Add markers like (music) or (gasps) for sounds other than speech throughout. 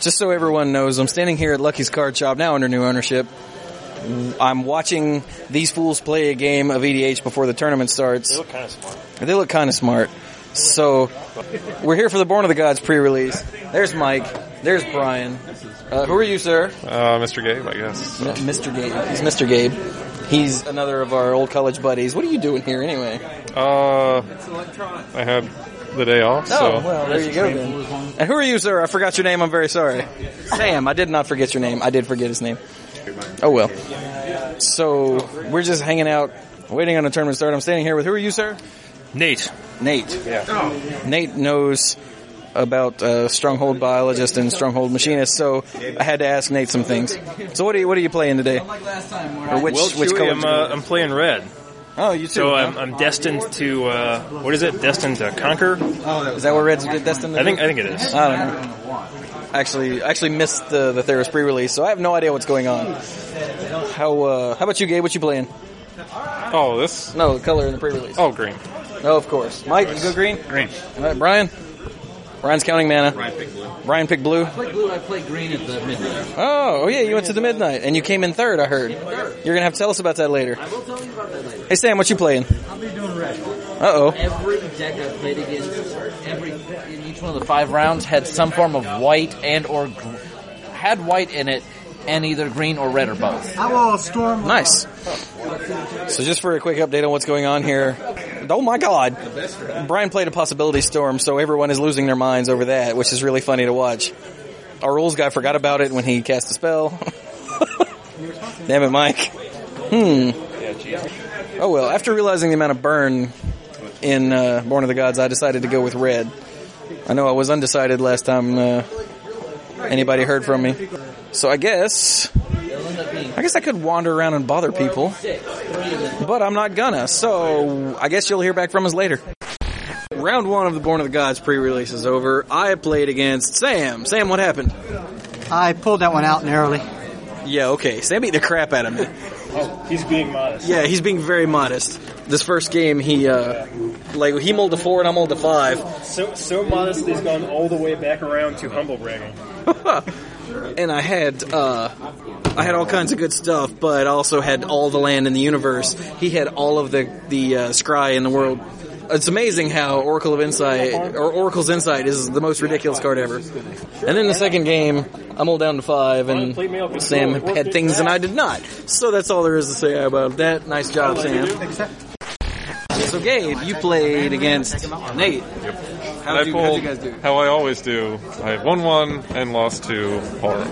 just so everyone knows, I'm standing here at Lucky's Card Shop now under new ownership. I'm watching these fools play a game of EDH before the tournament starts. They look kind of smart. They look kind of smart. So we're here for the Born of the Gods pre-release. There's Mike. There's Brian. Uh, who are you, sir? Uh, Mr. Gabe, I guess. M- Mr. Gabe. He's Mr. Gabe. He's another of our old college buddies. What are you doing here anyway? Uh, I had the day off, Oh, so well, there you go then. And who are you, sir? I forgot your name. I'm very sorry. Sam, I did not forget your name. I did forget his name. Oh, well. So we're just hanging out, waiting on the tournament start. I'm standing here with who are you, sir? Nate. Nate. Nate knows about uh, stronghold biologist and stronghold machinist, so I had to ask Nate some things. So what are you what are you playing today? Or which Well, which Chewie, color? I'm, uh, I'm playing red, oh, you too. so huh? I'm, I'm destined to uh, what is it? Destined to conquer? Is that what Red's get destined? To I think do? I think it is. I don't know. Actually, I actually missed the the Theros pre-release, so I have no idea what's going on. How uh, how about you, Gabe? What you playing? oh this, No, the color in the pre-release. oh green. No, of course. Mike, you go green. Green. All right, Brian. Brian's counting mana. Brian picked blue. Brian picked blue. play blue, I play green at the midnight. Oh, oh yeah, you went to the midnight and you came in third. I heard. You're gonna have to tell us about that later. I will tell you about that later. Hey Sam, what you playing? I'll be doing red. Uh oh. Every deck I played against, every in each one of the five rounds had some form of white and or gr- had white in it, and either green or red or both. I will storm. Nice. So just for a quick update on what's going on here. Oh my god. Brian played a possibility storm, so everyone is losing their minds over that, which is really funny to watch. Our rules guy forgot about it when he cast a spell. (laughs) Damn it, Mike. Hmm. Oh well, after realizing the amount of burn in uh, Born of the Gods, I decided to go with red. I know I was undecided last time uh, anybody heard from me. So I guess I guess I could wander around and bother people, but I'm not gonna, so I guess you'll hear back from us later. Round one of the Born of the Gods pre release is over. I played against Sam. Sam, what happened? I pulled that one out narrowly. Yeah, okay. Sam beat the crap out of me. Oh, He's being modest. Yeah, he's being very modest. This first game, he, uh, like, he mulled a four and I mulled a five. So so modest he's gone all the way back around to humble bragging. and I had uh, I had all kinds of good stuff, but I also had all the land in the universe. He had all of the the uh, scry in the world. It's amazing how Oracle of Insight or Oracle's Insight is the most ridiculous card ever. And then the second game, I'm all down to five, and Sam had things and I did not. So that's all there is to say about that. Nice job, Sam. So Gabe, you played against Nate. How I did you, how'd pulled you guys do? how I always do. I won one and lost two horribly.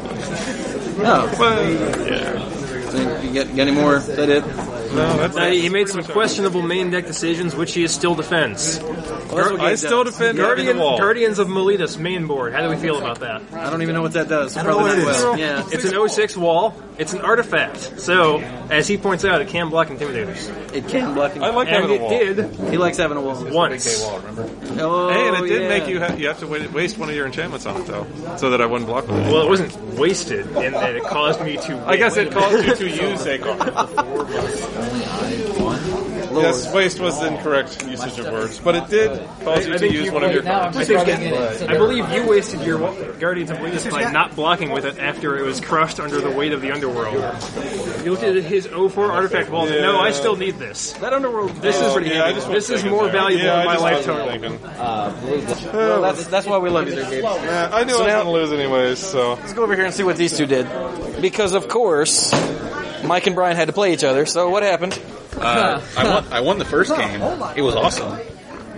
Oh, But yeah, so you get, get any more? Is that it? no, that's he made some questionable main deck decisions, which he is still defends. I still defend Guardian, the wall. Guardians of Miletus main board. How do we feel about that? I don't even know what that does. know Probably not what it is. well. Yeah. Oh, It's an 06 wall. It's an artifact. So, as he points out, it can block intimidators. It can block him. I like And having a it wall. did He likes having a wall. once. Oh, Hey, and it did yeah. make you ha- you have to wa- waste one of your enchantments on it though, so that I wouldn't block with it. Well, it wasn't wasted in that it caused me to. I guess it wait. caused you to use a card. (laughs) yes, waste was incorrect usage of words, but it did cause you to think use you- one of your Now I'm (laughs) cards. I just think- rubbing it in. So I believe you wasted your wa- Guardians of Miletus by not blocking with it after it was crushed under the weight of the underworld. You looked at his 04 artifact wall. and No, I still need this. That underworld. This is pretty Oh, Yeah, I handy. just This wasn't is thinking more there. valuable in yeah, I my just life wasn't total. thinking. Well, that's that's why we love you, there, Gabe. Let's Yeah, I knew I was going to lose anyways, so go over here and see what these two did, because of course, Mike and Brian had to play each other. So what happened? Uh, I won. I won the first game. It was awesome.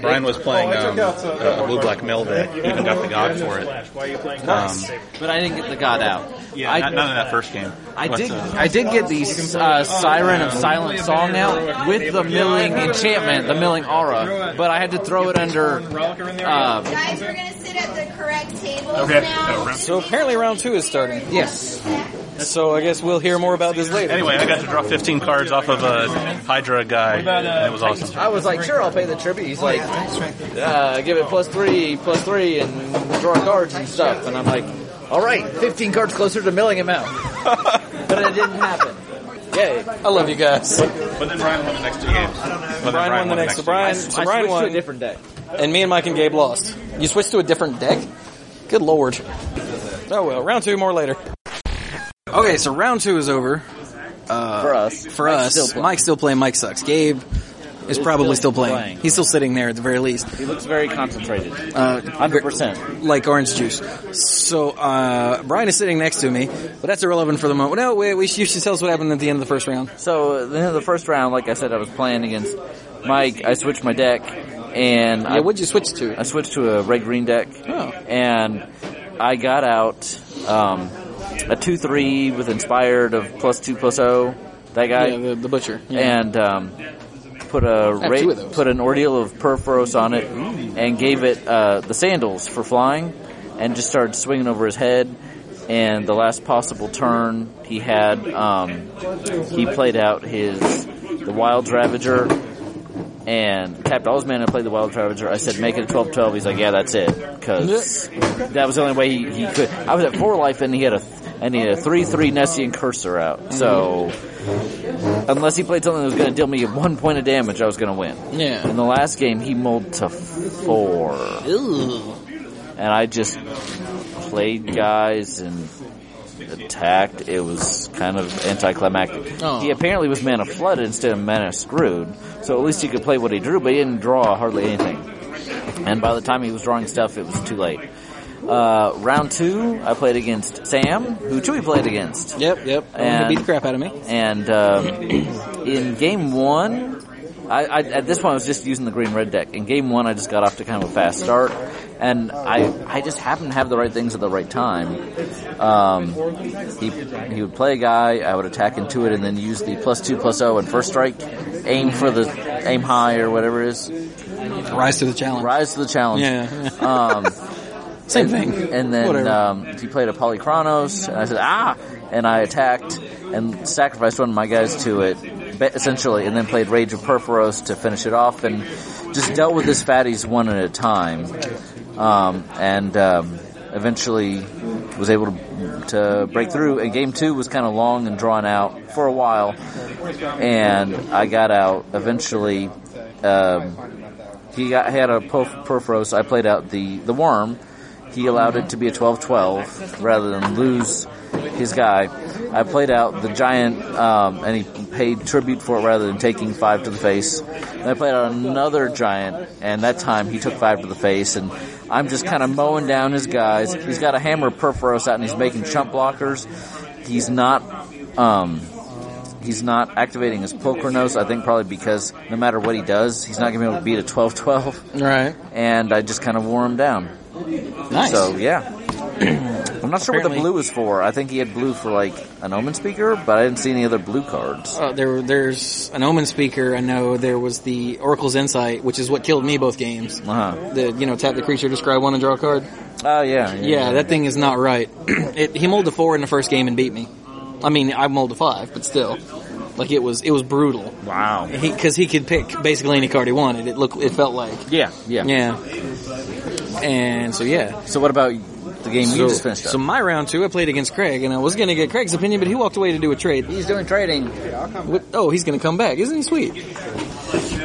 Brian was playing um, uh, blue black mill that even got the god for it. Um, but I didn't get the god out. yeah, I, not, not in that first game. I But, did. uh, I did get the uh, Siren of Silent Song out with the milling enchantment, the milling aura, but I had to throw it under. Uh, Guys, we're gonna sit at the correct tables Okay. now. Oh, round- So apparently round two is starting. yes, So I guess we'll hear more about this later. Anyway, I got to draw 15 cards off of a Hydra guy, uh, and it was awesome. I was like, sure, I'll pay the tribute. He's like, uh, give it plus three, plus three, and draw cards and stuff. And I'm like, all right, 15 cards closer to milling (laughs) him out. but it didn't happen. Yay. I love you guys. But then Brian won the next two games. But then Brian won the next. two So Brian, games. so I Brian switched to a won, different deck. and me and Mike and Gabe lost. You switched to a different deck. Good lord. Oh well, round two, more later. Okay, so round two is over for us. Uh, for Mike's us. still playing. Mike's still playing. Mike sucks. Gabe is probably still, still playing. playing. He's still sitting there at the very least, He looks very concentrated. uh, 100%. like orange juice. So uh, Brian is sitting next to me, but that's irrelevant for the moment. No, wait, we, you should tell us what happened at the end of the first round. So, uh, the end of the first round, like I said, I was playing against Mike. I switched my deck, and I, Yeah, what'd you switch Uh, I to? switched to a red green deck. Oh. And I got out um, a 2 3 with Inspired of plus 2 plus 0. That guy. yeah, the, the butcher. Yeah. and um, put a have two of ra- those. put an ordeal of Perforos on it, and gave it uh, the sandals for flying, and just started swinging over his head. And the last possible turn, he had um, he played out his the Wild Ravager. And tapped all his mana and played the Wild Ravager. I said, make it a 12-12. He's like, yeah, that's it. Because that was the only way he, he could. I was at 4 life and he had a th- and he had a 3-3 Nessian Cursor out. So unless he played something that was going to deal me one point of damage, I was going to win. Yeah. In the last game, he mulled to four, and I just played guys and attacked. It was kind of anticlimactic. Aw. He apparently was mana flooded instead of mana screwed, so at least he could play what he drew, but he didn't draw hardly anything. And by the time he was drawing stuff, it was too late. Uh, round two, I played against Sam, who Chewy played against Yep, yep. And And- he beat the crap out of me. and um, in game one, I, I at this point I was just using the green red deck. In game one, I just got off to kind of a fast start, and I I just happened to have the right things at the right time. Um, he he would play a guy, I would attack into it, and then use the plus two plus zero and first strike, aim for the aim high or whatever it is, Rise to the challenge. rise to the challenge. Yeah. Um, (laughs) Same thing. and then Whatever. um, he played a Polychronos, and I said, ah! And I attacked and sacrificed one of my guys to it, ba- essentially, and then played Rage of Perforos to finish it off, and just dealt with his fatties one at a time. Um, and um, eventually was able to, to break through, and game two was kind of long and drawn out for a while, and I got out eventually. Um, he got, had a perf- Perforos. I played out the, the worm. He allowed it to be a 12-12 rather than lose his guy. I played out the giant, um, and he paid tribute for it rather than taking five to the face. And I played out another giant, and that time he took five to the face, and I'm just kind of mowing down his guys. He's got a hammer Perforos out, and he's making chump blockers. He's not. Um, he's not activating his Pulchronos, I think probably because no matter what he does, he's not going to be able to beat a 12-12. Right. And I just kind of wore him down. Nice. So, (clears throat) yeah. I'm not sure what the Apparently- blue is for. I think he had blue for, like, an Omen Speaker, but I didn't see any other blue cards. Uh, there, there's an Omen speaker. I know there was the Oracle's Insight, which is what killed me both games. Uh-huh. The you know tap the creature, describe one, and draw a card. Oh, yeah. Yeah, that thing is not right. (clears throat) it, he mulled a four in the first game and beat me. I mean, I mulled a five, but still, like it was it was brutal. Wow. Because he, could pick basically any card he wanted. It looked it felt like Yeah, yeah. yeah. And so yeah. So what about the game you just finished up? so my round two, I played against Craig, and I was gonna get Craig's opinion, but he walked away to do a trade. he's doing trading. What, oh, he's gonna come back. Isn't he sweet?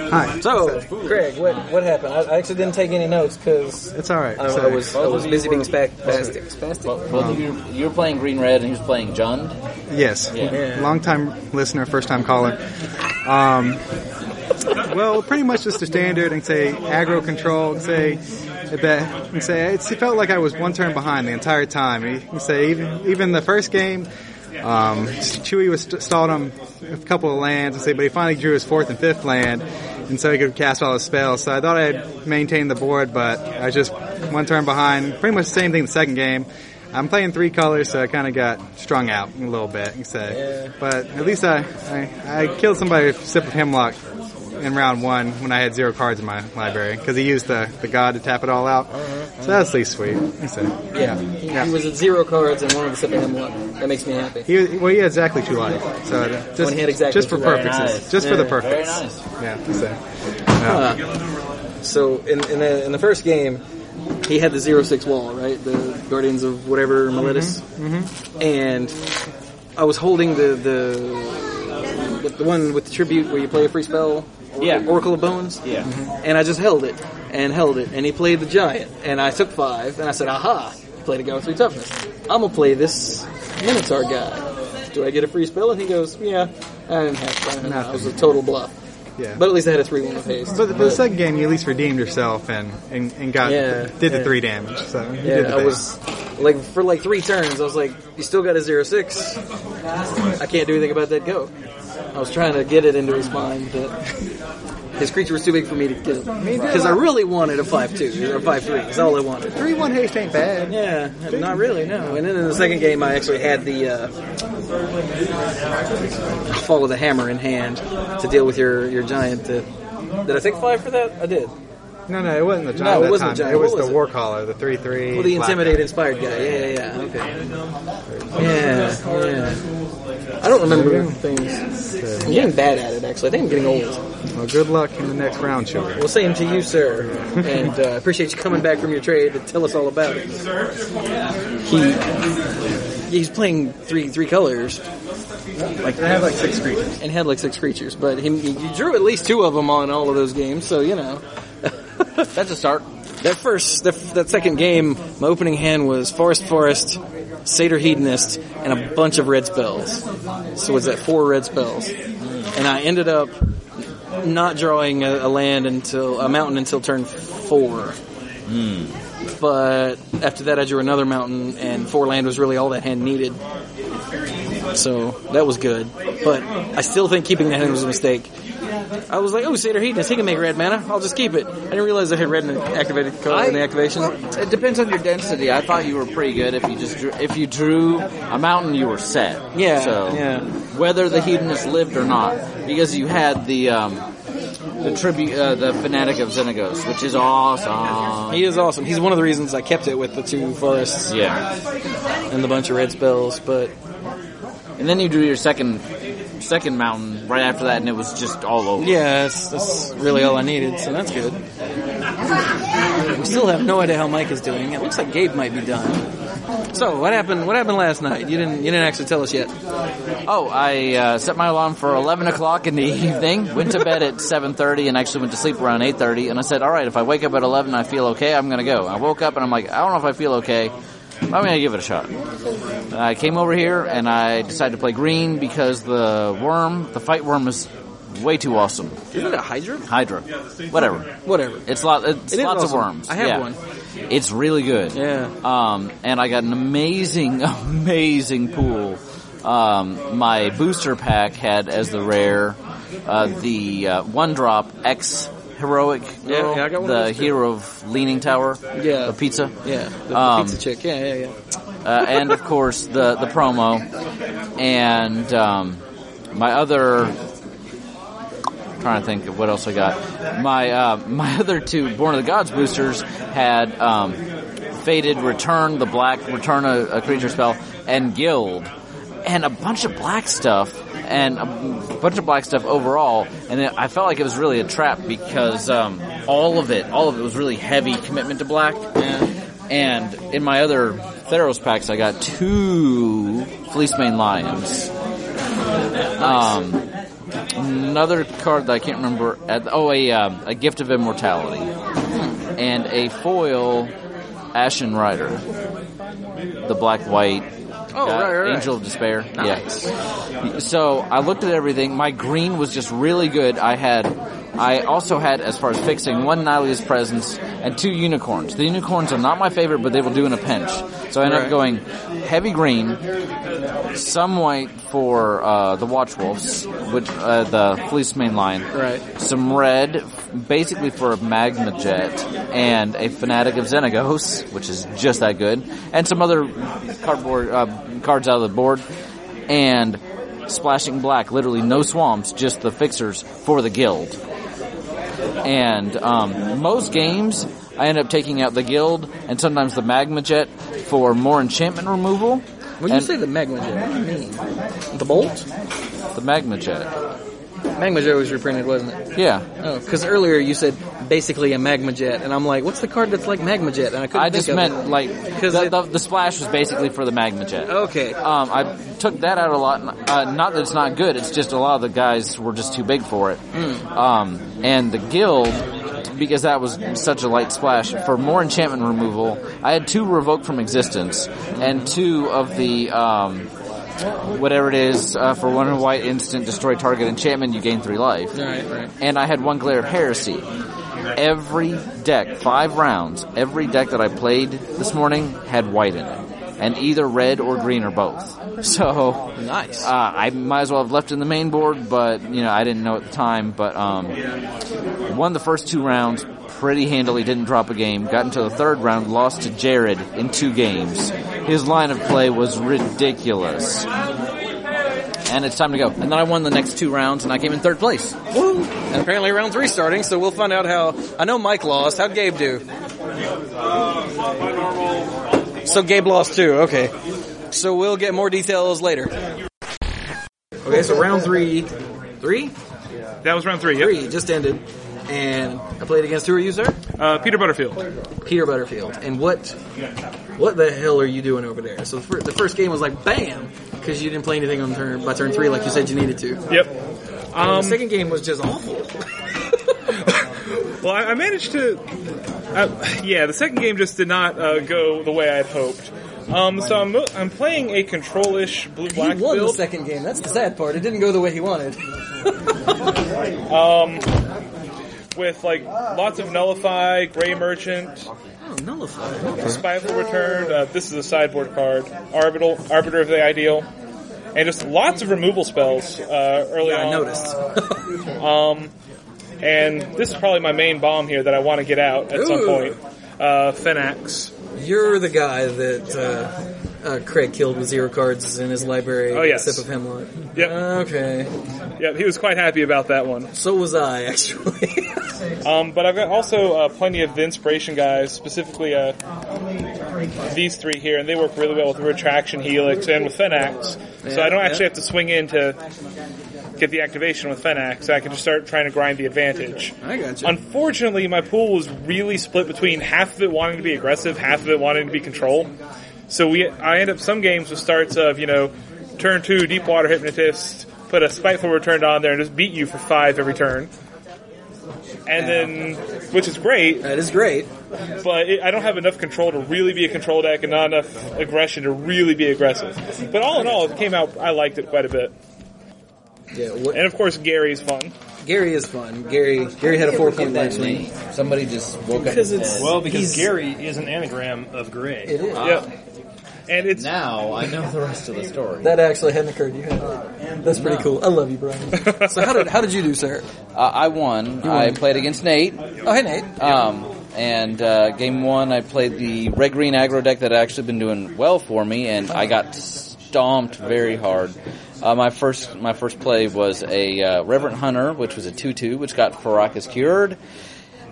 Hi. So, Craig, what what happened? I, I actually didn't take any notes because It's all right. I, I So- was I was busy being spac- spastic. spastic. Both of you, you were playing green red and he was playing Jund. Yes, Yeah. long time listener, first time caller. Um, well, pretty much just the standard and say aggro control and say that and say it's, it felt like I was one turn behind the entire time. You can say even even the first game, um, Chewy was st- stalled on a couple of lands and say, but he finally drew his fourth and fifth land. And so he could cast all his spells. So I thought I had maintained the board, but I was just one turn behind. Pretty much the same thing the second game. I'm playing three colors, so I kind of got strung out a little bit. So, but at least I, I I killed somebody with sip of hemlock in round one when I had zero cards in my library because he used the the god to tap it all out. So that's at least sweet. So, yeah, He yeah. was at zero cards and one of us had hemlock. That makes me happy. He, well, he had exactly two life, so just he had exactly just for two life. purposes, Very nice. just for the purpose. Very nice. Yeah. So. Uh, So in in the, in the first game, he had the zero six wall, right? The Guardians of whatever Miletus, and I was holding the the with the one with the tribute where you play a free spell. Or- Yeah. Oracle of Bones. Yeah. And I just held it and held it, and he played the giant, and I took five, and I said, "Aha." Played a guy with three toughness. I'm gonna play this Minotaur guy. Do I get a free spell? And he goes, Yeah. I didn't have to. That was a total bluff. Yeah. But at least I had a three one with haste. But, but the second game, you at least redeemed yourself and and, and got Yeah, did the yeah. three damage. So you did yeah, the I thing. was like for like three turns. I was like, "You still got a zero six. I can't do anything about that go." I was trying to get it into his mind that (laughs) his creature was too big for me to get it because I really wanted a five two or a five three. That's all I wanted. three one haste ain't bad. Yeah, not really, no. And then in the second game, I actually had the uh, follow the hammer in hand to deal with your, your giant. That, did I take five for that? I did. No, no, it wasn't the giant. No, it that wasn't time. the giant. It was What the was it? war caller, the three three. Well, the intimidate inspired guy. Yeah, yeah, yeah. Okay. Yeah, yeah. I don't remember things. I'm getting bad at it, actually. I think I'm getting old. Well, good luck in the next round, children. Well, same to you, sir. And uh, appreciate you coming back from your trade to tell us all about it. He he's playing three three colors. Like I have like six creatures. and had like six creatures, but he, he drew at least two of them on all of those games. So you know, (laughs) That's a start. that first, that, that second game, my opening hand was Forest Forest, Satyr Hedonist, and a bunch of red spells. So was that four red spells? And I ended up not drawing a, a land until a mountain until turn four. But after that, I drew another mountain, and four land was really all that hand needed. So that was good, but I still think keeping that hand was a mistake. I was like, oh, Seder Hedonist, he can make red mana. I'll just keep it. I didn't realize I had red in the activated color in the activation. Well, it depends on your density. I thought you were pretty good. If you just drew, if you drew a mountain, you were set. Yeah, So yeah. whether the hedonist lived or not, because you had the um, the tribute, uh, the fanatic of Xenagos, which is awesome. He is awesome. He's one of the reasons I kept it with the two forests Yeah. and the bunch of red spells, but And then you drew your second second mountain right after that, and it was just all over. yeah, that's, that's really all I needed, so that's good. We still have no idea how Mike is doing. It looks like Gabe might be done. So what happened? What happened last night? You didn't. You didn't actually tell us yet. Oh, I uh, set my alarm for 11 o'clock in the (laughs) evening, went to bed at 7.30 and actually went to sleep around 8.30, and I said, alright, if I wake up at 11 and I feel okay, I'm gonna go. I woke up and I'm like, I don't know if I feel okay, I'm gonna give it a shot. And I came over here and I decided to play green because the worm, the fight worm is way too awesome. Isn't it a Hydra? Hydra. Whatever. Whatever. It's, lot, it's It is lots awesome. of worms. I have Yeah. one. It's really good. Yeah. Um, and I got an amazing, (laughs) amazing pool. Um, my booster pack had as the rare uh, the uh, one drop X heroic Yeah, girl, yeah, I got one of the those too. hero of Leaning Tower, Yeah. the pizza, Yeah, the Um, pizza chick. Yeah, yeah, yeah. uh, and of course the the promo, and um, my other. Trying to think of what else I got. My uh, (laughs) my other two Born of the Gods boosters had um, faded return the black return a, a creature spell and guild and a bunch of black stuff and a bunch of black stuff overall and it, I felt like it was really a trap because um, all of it all of it was really heavy commitment to black and in my other Theros packs, I got two Fleece Mane Lions. Um, another card that I can't remember. At, oh, a, um, a Gift of Immortality. And a foil Ashen Rider. The black white. Oh, guy, right, right, right. Angel of Despair. Yeah. So I looked at everything. My green was just really good. I had, I also had, as far as fixing, one Nihilus Presence and two Unicorns. The Unicorns are not my favorite, but they will do in a pinch. So I ended up Right. going heavy green, some white for uh, the Watch Wolves, which uh, the police main line. Right. Some red, basically for a Magma Jet, and a Fanatic of Xenagos, which is just that good, and some other cardboard uh, cards out of the board, and splashing black, literally no swamps, just the fixers for the guild. And um, most games, I end up taking out the guild and sometimes the Magma Jet for more enchantment removal. When you and say the magma jet, what do you mean? The bolt? the Magma Jet. Magma jet was reprinted, wasn't it? Yeah. Oh, because earlier you said basically a magma jet, and I'm like, what's the card that's like magma jet? And I couldn't. I think just of meant it. like 'Cause the, it- the, the splash was basically for the magma jet. Okay. Um, I took that out a lot. Uh, not that it's not Hmm. good. It's just a lot of the guys were just too big for it. Um, and the guild because that was such a light splash, for more enchantment removal, I had two revoked from existence and two of the um, whatever it is uh, for one white instant destroy target enchantment, you gain three life. Right, right. and I had one glare of heresy. Every deck, five rounds, every deck that I played this morning had white in it. And either red or green or both. (laughs) So Nice. Uh, I might as well have left in the main board, but you know I didn't know at the time. But um, won the first two rounds pretty handily. Didn't drop a game. Got into the third round, lost to Jared in two games. His line of play was ridiculous. And it's time to go. And then I won the next two rounds, and I came in third place. Woo! And apparently round three's starting, so we'll find out how. I know Mike lost. How'd Gabe do? So Gabe lost too. Okay. So we'll get more details later. Okay, so round three, three, That was round three. Yep. three just ended, and I played against who are you, sir? Uh, Peter Butterfield. Peter Butterfield. And what, what the hell are you doing over there? So the, fir- the first game was like bam, because you didn't play anything on turn by turn three, like you said you needed to. Yep. the second game was just awful. Well, I, I managed to. Uh, yeah, the second game just did not uh, go the way I'd hoped. Um, so I'm I'm playing a control-ish blue black He won the build. second game. That's the sad part. It didn't go the way he wanted. with like lots of nullify, gray merchant, Oh, nullified. spiteful return. Uh, this is a sideboard card. Arbitral, arbiter of the ideal, and just lots of removal spells uh, early Yeah, I on. noticed. And this is probably my main bomb here that I want to get out at some Ooh. point. Uh, Fenax. You're the guy that uh, uh, Craig killed with zero cards in his library. Oh, yes. Sip of hemlock. Yep. Okay. Yeah, he was quite happy about that one. So was I, (laughs) actually. Um, but I've got also uh, plenty of the inspiration guys, specifically uh, these three here, and they work really well with retraction, helix, and with Fenax. so I don't yeah. actually have to swing in to get the activation with Fenax. I can just start trying to grind the advantage. I got you. Unfortunately, my pool was really split between half of it wanting to be aggressive, half of it wanting to be control. So we, I end up some games with starts of you know, turn two, deep water hypnotist, put a spiteful return on there, and just beat you for five every turn. And then, which is great, that is great. but it, I don't have enough control to really be a control deck, and not enough aggression to really be aggressive. But all in all, it came out. I liked it quite a bit, Yeah. What, and of course, Gary's fun. Gary is fun. Gary. Gary had a four point life lead. Somebody just woke up. Because it's Well, because he's- Gary is an anagram of gray. It is. Yep. And it's Now I know the rest of the story. That actually hadn't occurred to you. had it? That's pretty cool. I love you, (laughs) Brian. so how did how did you do, sir? Uh, I won. I played against Nate. Oh, hey Nate. Um, and uh, game one, I played the red green aggro deck that had actually been doing well for me, and I got stomped very hard. Uh, my first my first play was a uh, Reverend Hunter, which was a two two, which got Farakas cured.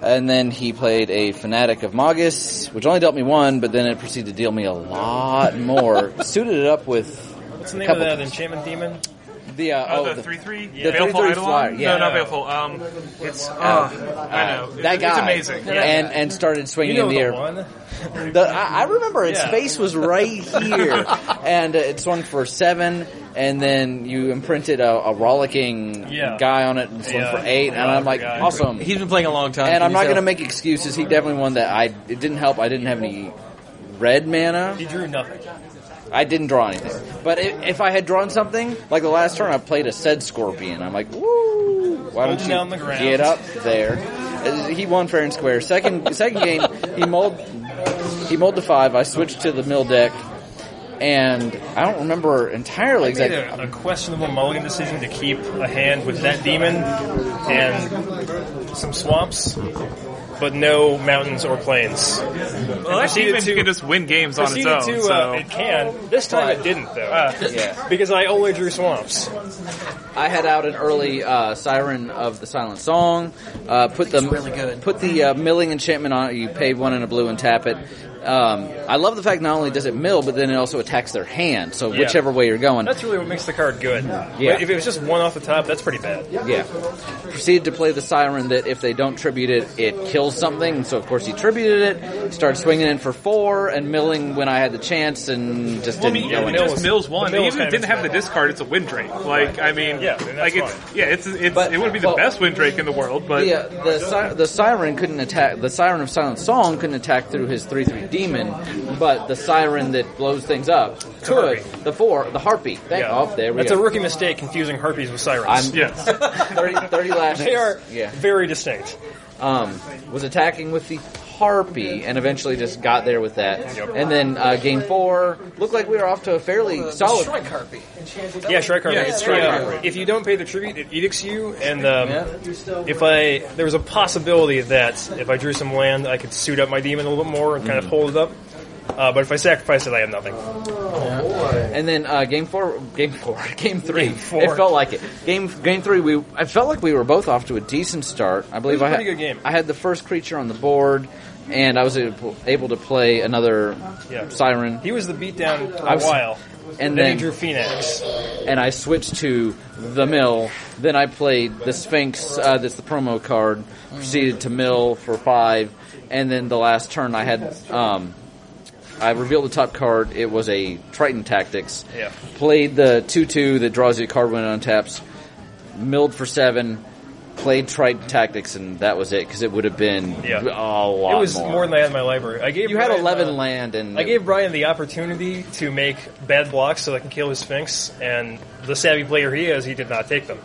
And then he played a Fanatic of Magus, which only dealt me one, but then it proceeded to deal me a (laughs) lot more. Suited it up with What's the name Couple of that enchantment demon? the uh, oh, the- three, the Baleful 3-3 Eidolon? flyer, yeah. No, not Baleful. Um, it's uh, I know that guy and and started swinging You know in the, the air. one. The, I, I remember its Yeah. face was right (laughs) here, and uh, it swung for seven, and then you imprinted a, a rollicking Yeah. guy on it and swung Yeah. for eight, and I'm like, Guy. awesome. He's been playing a long time. and I'm not He's, uh, going to make excuses. He definitely won that. I it didn't help. I didn't have any red mana. He drew nothing. I didn't draw anything. But if, if I had drawn something, like the last turn, I played a said scorpion. I'm like, woo! Why don't Holding you down the ground. get up there? Uh, He won fair and square. Second (laughs) second game, he mulled he mulled to five. I switched to the mill deck, and I don't remember entirely Made exactly. a, a questionable mulligan decision to keep a hand with that demon and some swamps, but no mountains or plains. Well, actually, Proceeded it to- can just win games on its proceeded own. to, so. uh, it can. This time it didn't though, uh, Yeah. because I only drew swamps. I had out an early uh, siren of the silent song. Uh, put the really good. put the uh, milling enchantment on it. You pay one in a blue and tap it. Um, I love the fact not only does it mill, but then it also attacks their hand. So Yeah. whichever way you're going, That's really what makes the card good. Yeah. If it was just one off the top, that's pretty bad. yeah. Proceeded to play the siren that if they don't tribute it, it kills something. So of course he tributed it. He started swinging in for four and milling when I had the chance, and just Well, I didn't mean, go it anywhere. just mills the one. mill They was even kind of didn't have the expensive. discard. It's a wind drake. Like I mean, Yeah, and that's like it's fine. yeah, it's it's But- it would be the well- best wind drake in the world, but Yeah, the si- the siren couldn't attack. The siren of Silent Song couldn't attack through his three three demon, but the siren that blows things up could. harpy. The four, the harpy. Thank, Yeah. Oh, there we That's a go. rookie mistake confusing herpes with sirens. I'm- (laughs) yes. 30, 30 lashes. they are yeah. very distinct. Um, was attacking with the harpy and eventually just got there with that. And then uh, game four looked like we were off to a fairly solid. Strike harpy. Yeah, Shrike Harpy. Yeah, it's Shrike Yeah. Harpy. If you don't pay the tribute, it edicts you. And um, if I, there was a possibility that if I drew some land, I could suit up my demon a little bit more and Mm. kind of hold it up. Uh, but if I sacrifice it, I have nothing. And then uh, game four, game four, (laughs) game three. Game four. It felt like it. Game game three. We I felt like we were both off to a decent start. I It was believe a I had pretty good game. I had the first creature on the board, and I was able able to play another Yeah. siren. He was the beatdown for I a was- while. and then then- he drew Phoenix. and I switched to the mill. Then I played the Sphinx. Uh, that's the promo card. Proceeded to mill for five, and then the last turn I had. Um, I revealed the top card. It was a Triton Tactics. Yeah. Played the two-two that draws you a card when it untaps. Milled for seven. Played Triton Tactics, and that was it because it would have been Yeah. a lot It was more. more. than I had in my library. I gave you had Brian, eleven uh, land, and I gave Brian the opportunity to make bad blocks so I can kill his Sphinx, and the savvy player he is, he did not take them.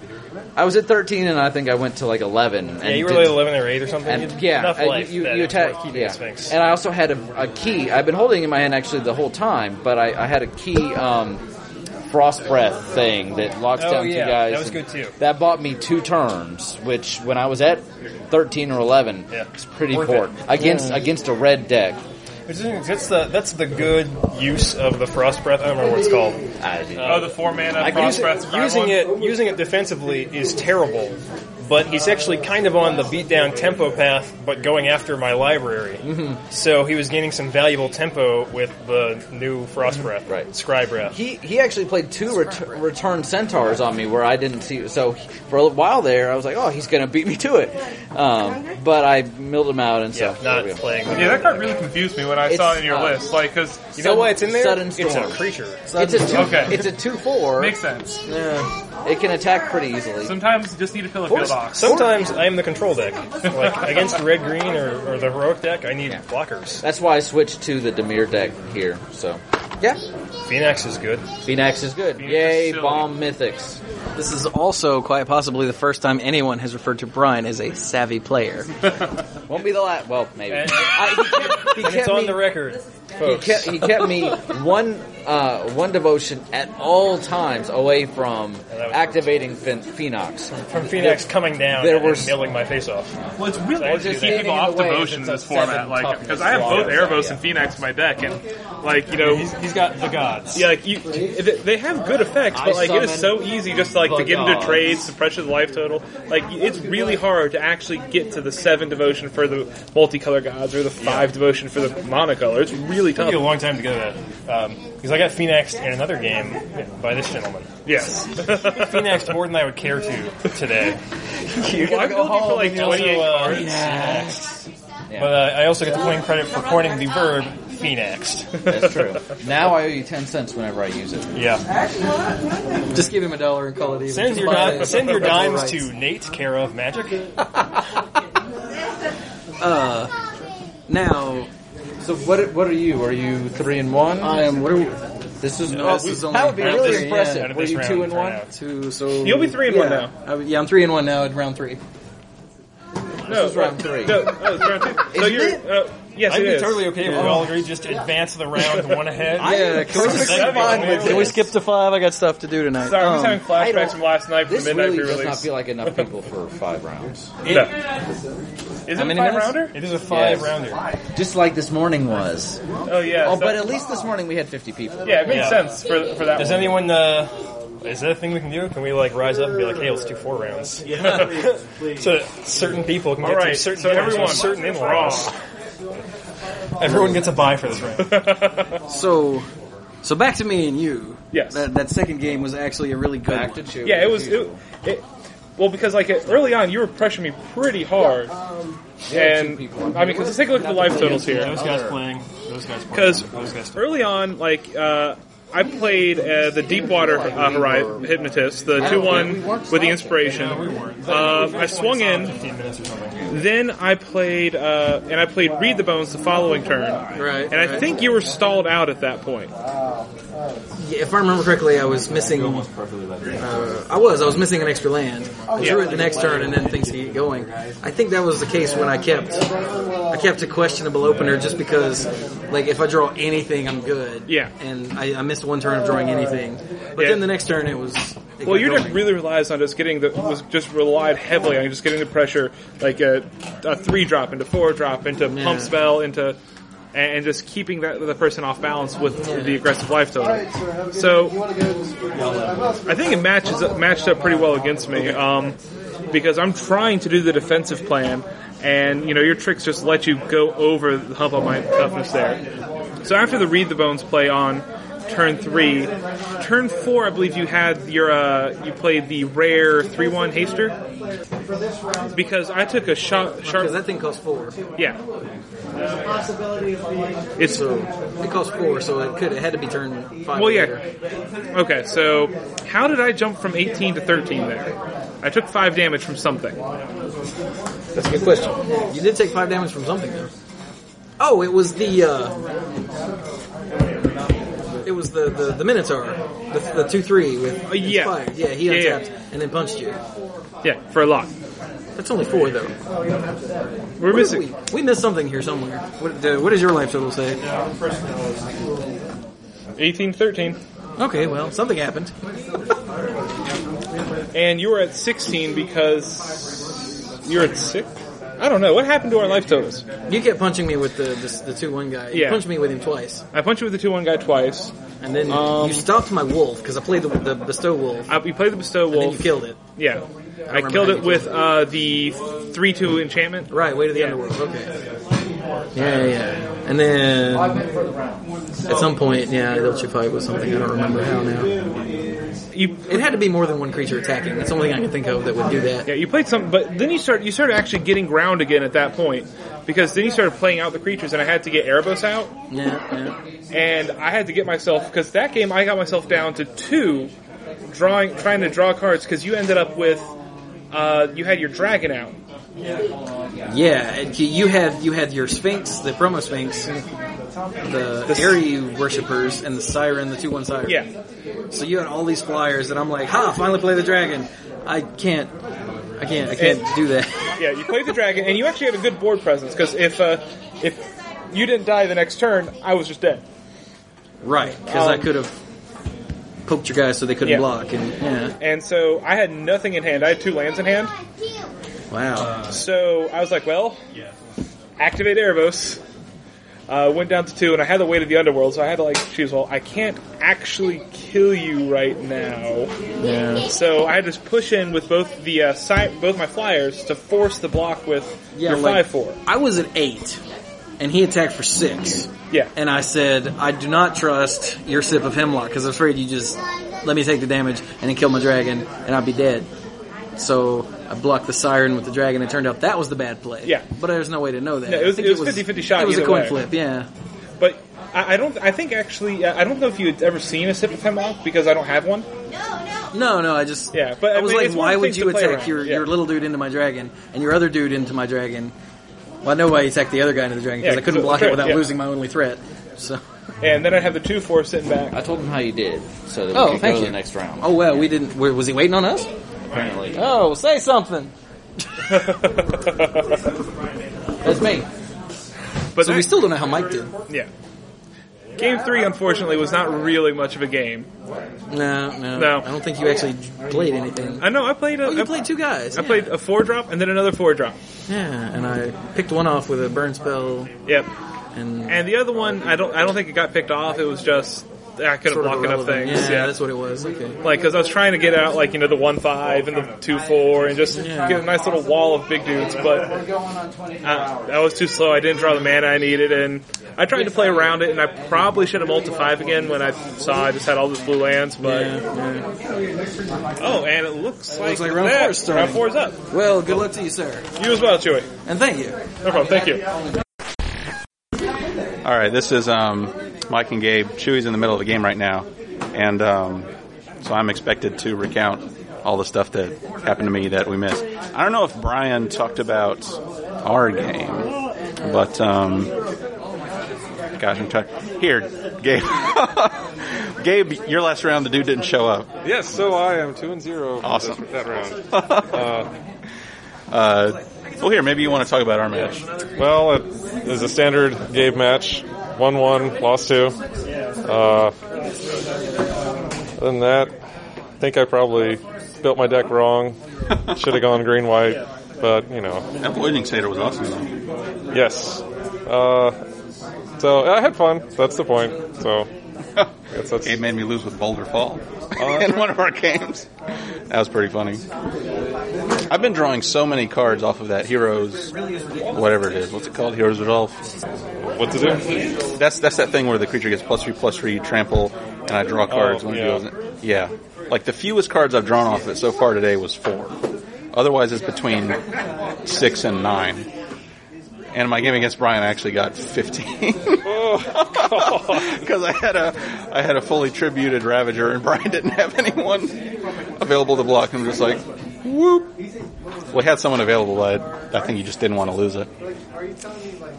I was at thirteen, and I think I went to like eleven. And Yeah, you were did- like 11 or 8 or something. You And had yeah, enough uh, you- life you, that you it was worth attack. keeping Yeah. the Sphinx. And I also had a, a key. I've been holding in my hand actually the whole time, but I, I had a key um, frost breath thing that locks Oh, down yeah, two guys. that was and good, too. That bought me two turns, which when I was at thirteen or eleven, Yeah. Mm. it's pretty Worth poor it. against against a red deck. Which is- That's the that's the good use of the frost breath. I don't remember what it's called. I didn't- oh, the four mana I can use frost breath. it- Fry using one. it using it defensively is terrible, but he's actually kind of on the beatdown tempo path, but going after my library. So he was gaining some valuable tempo with the new frost breath, Right. Scry breath. He he actually played two ret- return centaurs on me where I didn't see. So for a while there, I was like, oh, he's going to beat me to it. Um, but I milled him out, and so Yeah, there not we go. playing. Yeah, that card really confused me when I saw It's, it in your uh, list. Like, because You know why it's in there? Sudden it's storm. a creature. It's a two. Okay. It's a two four. makes sense. It can attack pretty easily. Sometimes you just need to fill a field box. Sometimes I am the control deck, like against red green or, or the heroic deck. I need blockers. That's why I switched to the Demir deck here. So, yeah, Phoenix is good. Phoenix is good. Phoenix Yay, is silly. bomb mythics. This is also quite possibly the first time anyone has referred to Brian as a savvy player. Won't be the last. Well, maybe. And- (laughs) I, he kept, he And it's kept on me, the record, he folks. kept, he kept me one uh, one devotion at all times away from that was- activating Phen- Phoenix. from Phoenix coming down there and were s- milling my face off. Well, it's really So I hard to just keep hit people it off away if devotion in it's this a format, seven like toughness because I have both draw. Erebos Yeah. and Phoenix in my deck, and like you know, he's got the gods. yeah, like you, they they have good effects, I but like it is so summon easy just like to the get into gods. trades, suppress his life total. Like it's really hard to actually get to the seven devotion for the multicolor gods or the five devotion for the monocolor. It's really It took me a tough. long time to get that because I got Phoenix in another game by this gentleman. (laughs) Yes, (laughs) Phoenix more than I would care to (laughs) today. Well, I'm building for like And also, 28 uh, cards. But uh, I also get the coin credit for coining the verb Phoenix. (laughs) That's true. now I owe you ten cents whenever I use it. Yeah, Just give him a dollar and call it even. send your Buy di- it. send your That's all dimes right. to Nate, care of Magic. Now, So what? What are you? Are you three and one? I am. What are we? This is, No, this is only- that would be Out of really this- impressive. out of Were this you round two and for one? now. Two. So You'll be three and one yeah. now. I, yeah, I'm three and one now at round three. No, is round three. No, oh, it's round two. so Isn't you're, it? Uh, yes, I'd it be is. totally okay if we all agreed just advance the round one ahead. Yeah, can we, That'd be hilarious. can we skip to five? I got stuff to do tonight. Sorry, Um, I'm just having Um, I don't- flashbacks from last night from This the midnight really does pre-release. not feel like enough people for five rounds. No. Is it many a five minutes? rounder? It is a five Yes. rounder. Just like this morning was. Oh yeah. Oh, so- but at least this morning we had 50 people. yeah, it makes Yeah. sense for for that. Does one. anyone? Uh, is that a thing we can do? Can we like rise up and be like, "Hey, let's do four rounds"? (laughs) so that certain people can All get to right, certain so points with everyone, certain raw. in-laws. Everyone gets a buy for this round. So, so back to me and you. Yes. That, that second game was actually a really good. Back to one. two. Yeah, it was. It, it, well, because like uh, early on, you were pressuring me pretty hard, and I mean, because let's take a look at the life totals here. Those guys playing. Those guys playing. Because those guys. Playing. early on, like uh, I played uh, the Deepwater uh, Horizon Hypnotist, the two one with the inspiration. Uh, I swung in, Fifteen minutes or something. then I played, uh, and I played Read the Bones the following turn. Right. And I right. think you were stalled out at that point. Yeah, if I remember correctly, I was missing. Uh, I was. I was missing an extra land. Oh, I drew it the next turn, and then things keep going. I think that was the case when I kept. I kept a questionable opener just because, like, if I draw anything, I'm good. Yeah. And I, I missed one turn of drawing anything, but Yeah. then the next turn it was. it Well, got you just going. really relies on just getting the was just relied heavily on just getting the pressure, like a, a three drop into four drop into Yeah. pump spell into, and and just keeping that the person off balance with the aggressive life total. So, I think it matches matched up pretty well against me, um, because I'm trying to do the defensive plan, and you know your tricks just let you go over the hump on my toughness there. So after the read the bones play on turn three, turn four, I believe you had your uh, you played the rare three one haster, because I took a shot Because sharp that thing costs four. yeah it's So it costs four, so it could it had to be turn five. Well, or yeah. later. Okay, so how did I jump from 18 to 13 there? I took five damage from something. That's a good question. You did take five damage from something though. Oh, it was the uh, it was the the, the Minotaur, the, the two three with Uh, yeah. inspired. yeah, he Yeah, yeah. untapped and then punched you. Yeah, for a lot. That's only four though. We're What did missing. we, we missed something here somewhere. What, uh, what does your life total say? 18, 13. Okay, well something happened. And you were at 16 because you're at 6? I don't know. What happened to our life totals? You kept punching me with the this, the two one guy. You Yeah. punched me with him twice, I punched you with the 2 1 guy twice. and then Um, you stopped my wolf because I played the, the bestow wolf, I, we played the Bestow and then you Wolf. killed it. Yeah. I, remember killed how you it with uh, the 3 2 enchantment. Right, way to the Yeah. underworld. Okay. Yeah, yeah. yeah. And then at some point, yeah, I let you fight with something. I don't remember how now. You, It had to be more than one creature attacking. That's the only thing I can think of that would do that. yeah, you played some, but then you start you started actually getting ground again at that point because then you started playing out the creatures, and I had to get Erebos out. Yeah, yeah. and I had to get myself because that game I got myself down to two, drawing trying to draw cards because you ended up with uh, you had your dragon out. Yeah, and you- you had you had your Sphinx, the promo Sphinx, the, the Airy worshippers, and the Siren, the two one Siren. Yeah, So you had all these flyers, and I'm like, ha! Finally, play the dragon. I can't, I can't, I can't And- do that. yeah. You played the dragon, and you actually had a good board presence because if uh, if you didn't die the next turn, I was just dead. right, because I Um, could have poked your guys so they couldn't Yeah. block, and yeah. And so I had nothing in hand. I had two lands in hand. Wow. So I was like, well, activate Erebos. Uh, went down to two, and I had the weight of the underworld, so I had to like choose. Well, I can't actually kill you right now, so I had to push in with both the uh, si- both my flyers to force the block with your five four. I was at eight, and he attacked for six. Yeah, And I said, I do not trust your sip of hemlock because I'm afraid you just let me take the damage and then kill my dragon and I'd be dead. So I blocked the siren with the dragon. It turned out that was the bad play. Yeah. but there's no way to know that. No, it was- I think it was 50-50 shot It was a either coin way. flip. Yeah. but I, I don't. I think actually, uh, I don't know if you had ever seen a sip of hemlock because I don't have one. No, no. I just Yeah, but I I was mean, like, it's one why thing would to you play attack around, your yeah. your little dude into my dragon and your other dude into my dragon? Well, I know why you attacked the other guy into the dragon because Yeah, I couldn't block 'cause of the it without threat, yeah. losing my only threat. So. And then I have the two four sitting back. (laughs) I told him how you did, so that we Oh, could go thank to you. the next round. Oh well, we didn't. wa- Was he waiting on us? Apparently, Oh, say something. that's me. But So that- we still don't know how Mike did. yeah. Game three, unfortunately, was not really much of a game. No, no, No. I don't think you actually played anything. I know I played. A, Oh, you I- played two guys. I yeah. played a four drop and then another four drop. Yeah, and I picked one off with a burn spell, Yep. and And the other one, I don't, I don't think it got picked off. It was just I couldn't sort of block enough irrelevant. things. Yeah, Yeah, that's what it was. Okay. like because I was trying to get out like you know the one five and the two four and just get a nice little wall of big dudes, but I, I was too slow. I didn't draw the mana I needed, and I tried to play around it, and I probably should have multi five again when I saw I just had all those blue lands, but oh, and it looks like, looks like round that. four's starting. Round four's up. Well, good luck to you, sir, You as well, Chewy. and thank you. No problem. Thank you. All right, this is um, Mike and Gabe. Chewy's in the middle of the game right now, and um, so I'm expected to recount all the stuff that happened to me that we missed. I don't know if Brian talked about our game, but um, gosh, I'm trying. Here, Gabe. (laughs) Gabe, your last round, the dude didn't show up. Yes, so I am two and zero. for Awesome. this- That round. Uh, well, here, maybe you want to talk about our match. Well, it is a standard Gabe match. One one, lost two. Uh, other than that, I think I probably built my deck wrong. Should have gone green white, but you know, (laughs) That Voiding Seder was awesome. Though. yes. Uh, so I had fun. That's the point. So. (laughs) That's, that's, Gabe made me lose with Boulder Fall (laughs) in one of our games. That was pretty funny. I've been drawing so many cards off of that Heroes, whatever it is. What's it called? Heroes Resolve. what to do? That's that's that thing where the creature gets plus three, plus three, trample, and I draw cards. Oh, when it yeah. deals it. yeah. Like the fewest cards I've drawn off it so far today was four. Otherwise, it's between six and nine. And in my game against Brian, I actually got fifteen Oh, (laughs) because I had a I had a fully tributed Ravager, and Brian didn't have anyone available to block. I'm just like, whoop. We had someone available, but I think you just didn't want to lose it.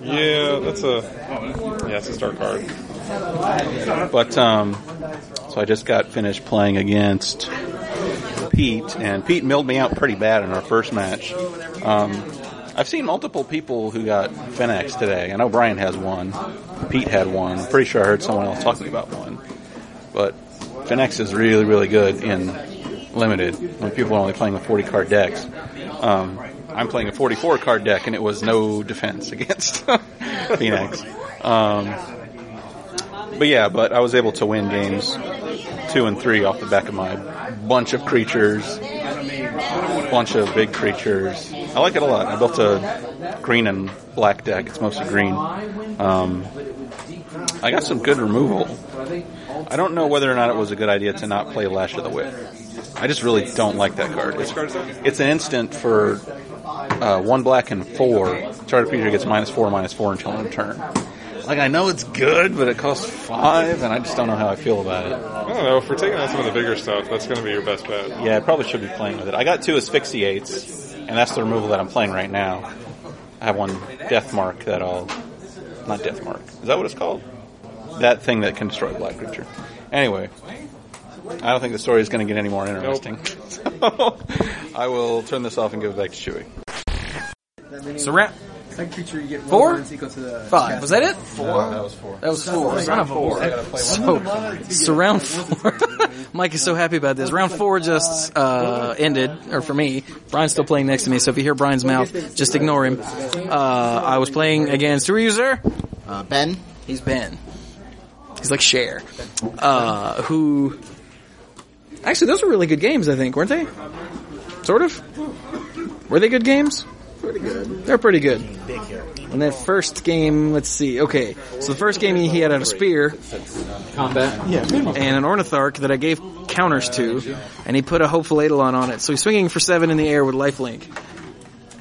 Yeah, that's a yeah, it's a start card. But um, so I just got finished playing against Pete, and Pete milled me out pretty bad in our first match. Um, I've seen multiple people who got Finex today. I know Brian has one. Pete had one. I'm pretty sure I heard someone else talking about one. But Finex is really, really good in limited when people are only playing with 40 card decks. Um, I'm playing a 44 card deck, and it was no defense (laughs) against Phoenix. Um, but yeah, but I was able to win games two and three off the back of my bunch of creatures, bunch of big creatures. I like it a lot. I built a green and black deck. It's mostly green. Um, I got some good removal. I don't know whether or not it was a good idea to not play Lash of the Whip. I just really don't like that card. It's, it's an instant for uh, one black and four. Target creature gets minus four, minus four until end of turn. Like I know it's good, but it costs five, and I just don't know how I feel about it. I don't know. If we're taking out some of the bigger stuff, that's going to be your best bet. Yeah, I probably should be playing with it. I got two asphyxiates, and that's the removal that I'm playing right now. I have one death mark that I'll not death mark. Is that what it's called? That thing that can destroy a black creature. Anyway, I don't think the story is going to get any more interesting. (laughs) so I will turn this off and give it back to Chewy. So round Second creature you get one Four? in sequence to the five was that it? Four. That was four. That was four. Son of a So, so round four. (laughs) Mike is so happy about this. Round four just uh, ended, or for me, Brian's still playing next to me. So if you hear Brian's mouth, just ignore him. Uh, I was playing against who are you, sir? Uh, ben, He's Ben. He's like Cher, uh, who. Actually, those were really good games. I think weren't they? Sort of. Were they good games? Pretty good. They're pretty good. And that first game, let's see. Okay, so the first game he had out a spear combat. and an Ornitharch that I gave counters to, and he put a Hopeful Eidolon on it. So he's swinging for seven in the air with lifelink.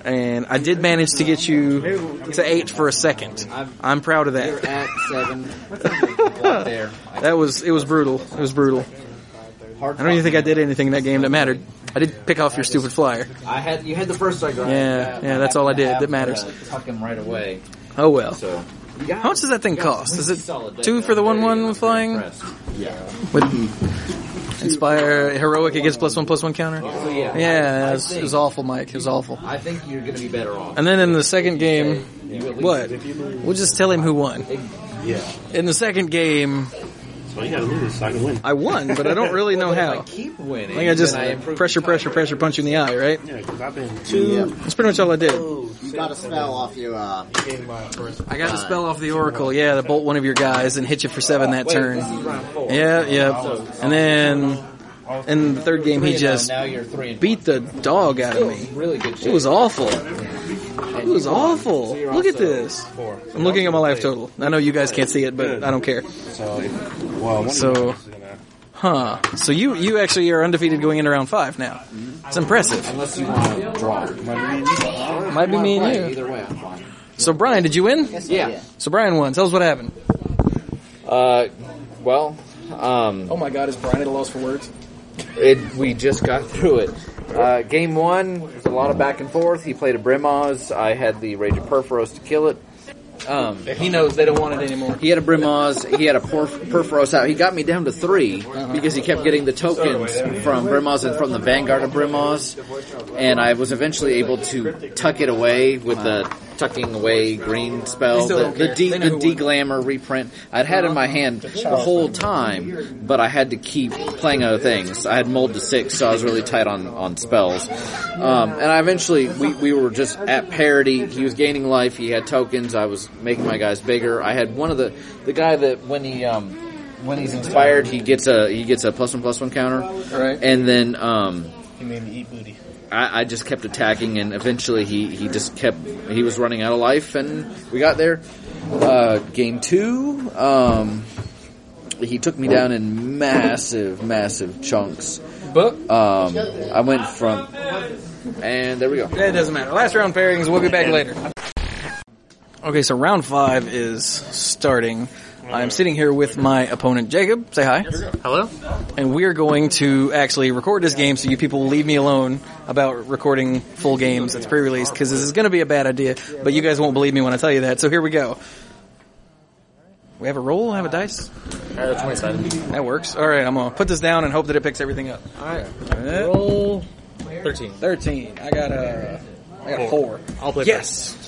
And I did manage to get you to eight for a second. I'm proud of that. At seven. Block there. That was it was brutal. It was brutal. I don't even think I did anything in that game that mattered. I did pick off your stupid flyer. I had you had the first strike. right? Yeah, yeah, that's all I did. That matters. Uh, Tuck him right away. Oh well. So. How much does that thing cost? Is it two for the one one with flying? With inspire heroic, it gets plus one plus one counter. Oh, yeah. Yeah, it was, it was awful, Mike. It was awful. I think you're going to be better off. And then in the second game, You at least- what? We'll just tell him who won. In the second game, Well, you gotta lose so I can win. I won, but I don't really know how. keep winning. I think I just then improve pressure, pressure, pressure, punch you in the eye, right? Yeah, because I've been Two. That's pretty much all I did. Oh, You got a spell off you. Uh, I got the spell off the Oracle, yeah, to bolt one of your guys and hit you for seven that turn. Yeah, yeah. And then in the third game, he Three and oh, just now, now you're three and beat the dog out of me. really good. It was awful. It was awful. Look at this. I'm looking at my life total. I know you guys can't see it, but I don't care. so. Well, one So- of you guys is gonna- Huh. So you you actually are undefeated going into round five now. It's impressive. unless you want to draw. Might be me and you. Either way, I'm fine. So Brian, did you win? Yeah. So Brian won. Tell us what happened. Uh, well, um, Oh my God, is Brian at a loss for words? it, we just got (laughs) through it. Uh, game one, was a lot of back and forth. He played a Brimaz. I had the Rage of Perforos to kill it. Um, He knows they don't want it anymore. He had a Brimaz, he had a Porf- Perforos out. He got me down to 3 because he kept getting the tokens from Brimaz and from the Vanguard of Brimaz. And I was eventually able to tuck it away with the tucking away green spell, still the, don't the, care. de- They know who the won. de-glamour reprint. I'd had in my hand the whole time, but I had to keep playing other things. I had mold to six, so I was really tight on, on spells. Um, and I eventually, we, we were just at parity. He was gaining life. He had tokens. I was making my guys bigger. I had one of the, the guy that when he, um, when he's inspired, he gets a, he gets a plus one plus one counter. Right. And then, um, He made me eat booty. I, I just kept attacking, and eventually he, he just kept he was running out of life, and we got there. Uh, game two, um, he took me down in massive, massive chunks. But Um, I went from, and there we go. It doesn't matter. Last round pairings. We'll be back later. Okay, so round five is starting. I'm sitting here with my opponent Jacob. Say hi. Hello. And we're going to actually record this game, so you people will leave me alone about recording full games that's pre-released because this is going to be a bad idea. But you guys won't believe me when I tell you that. So here we go. We have a roll. I have a dice. That works. All right, I'm gonna put this down and hope that it picks everything up. All right. Roll thirteen. Thirteen. I got a. I got a four. I'll play. Yes.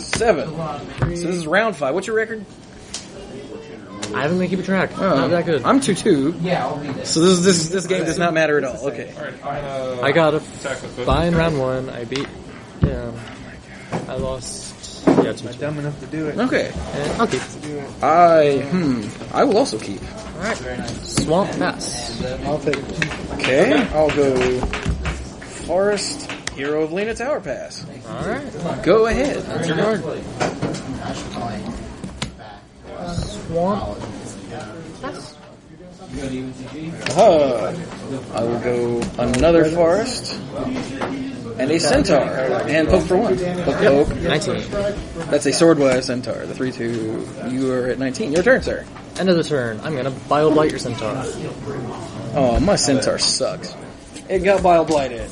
Seven. So this is round five. What's your record? I haven't been keeping track. Not that good. I'm two two. Yeah. So this this this game does not matter at all. Okay. I got a Attack with both. in round one. I beat. Yeah. I lost. Yeah, two, two. Dumb enough to do it. Okay. I'll keep I hmm. I will also keep. swamp pass. I'll take. Okay. I'll go. Forest Hero of Lena Tower Pass. All right. Go ahead. That's your card. Swamp. Uh, I will go another forest and a centaur and poke for one. Poke, poke. 19. That's a swordwise centaur. The three two. You are at nineteen. Your turn, sir. End of the turn. I'm gonna bio blight your centaur. Oh, my centaur sucks. It got bile blighted.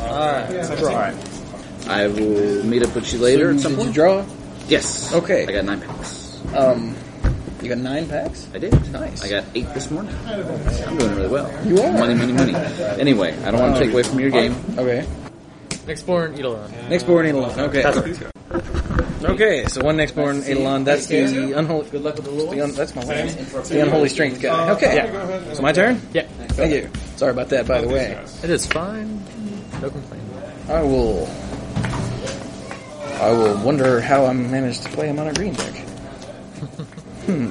I will meet up with you later at some Did you point. draw? Yes. Okay. I got nine packs. Um, you got nine packs. I did. Nice. I got eight this morning. I'm doing really well. You are. Money, money, money. Anyway, I don't want to take away from your game. Okay. Next born, Edelon. Next born Eidolon. Okay. Okay, so one next born Eidolon. That's the unholy. Good luck with the little. that's my last. It's the unholy strength guy. Okay. Uh, Yeah. So my turn. Yeah. Thank you. Sorry about that, by the way. It is fine. No complaint. I will. I will wonder how I managed to play him on a green (laughs) deck. Hmm.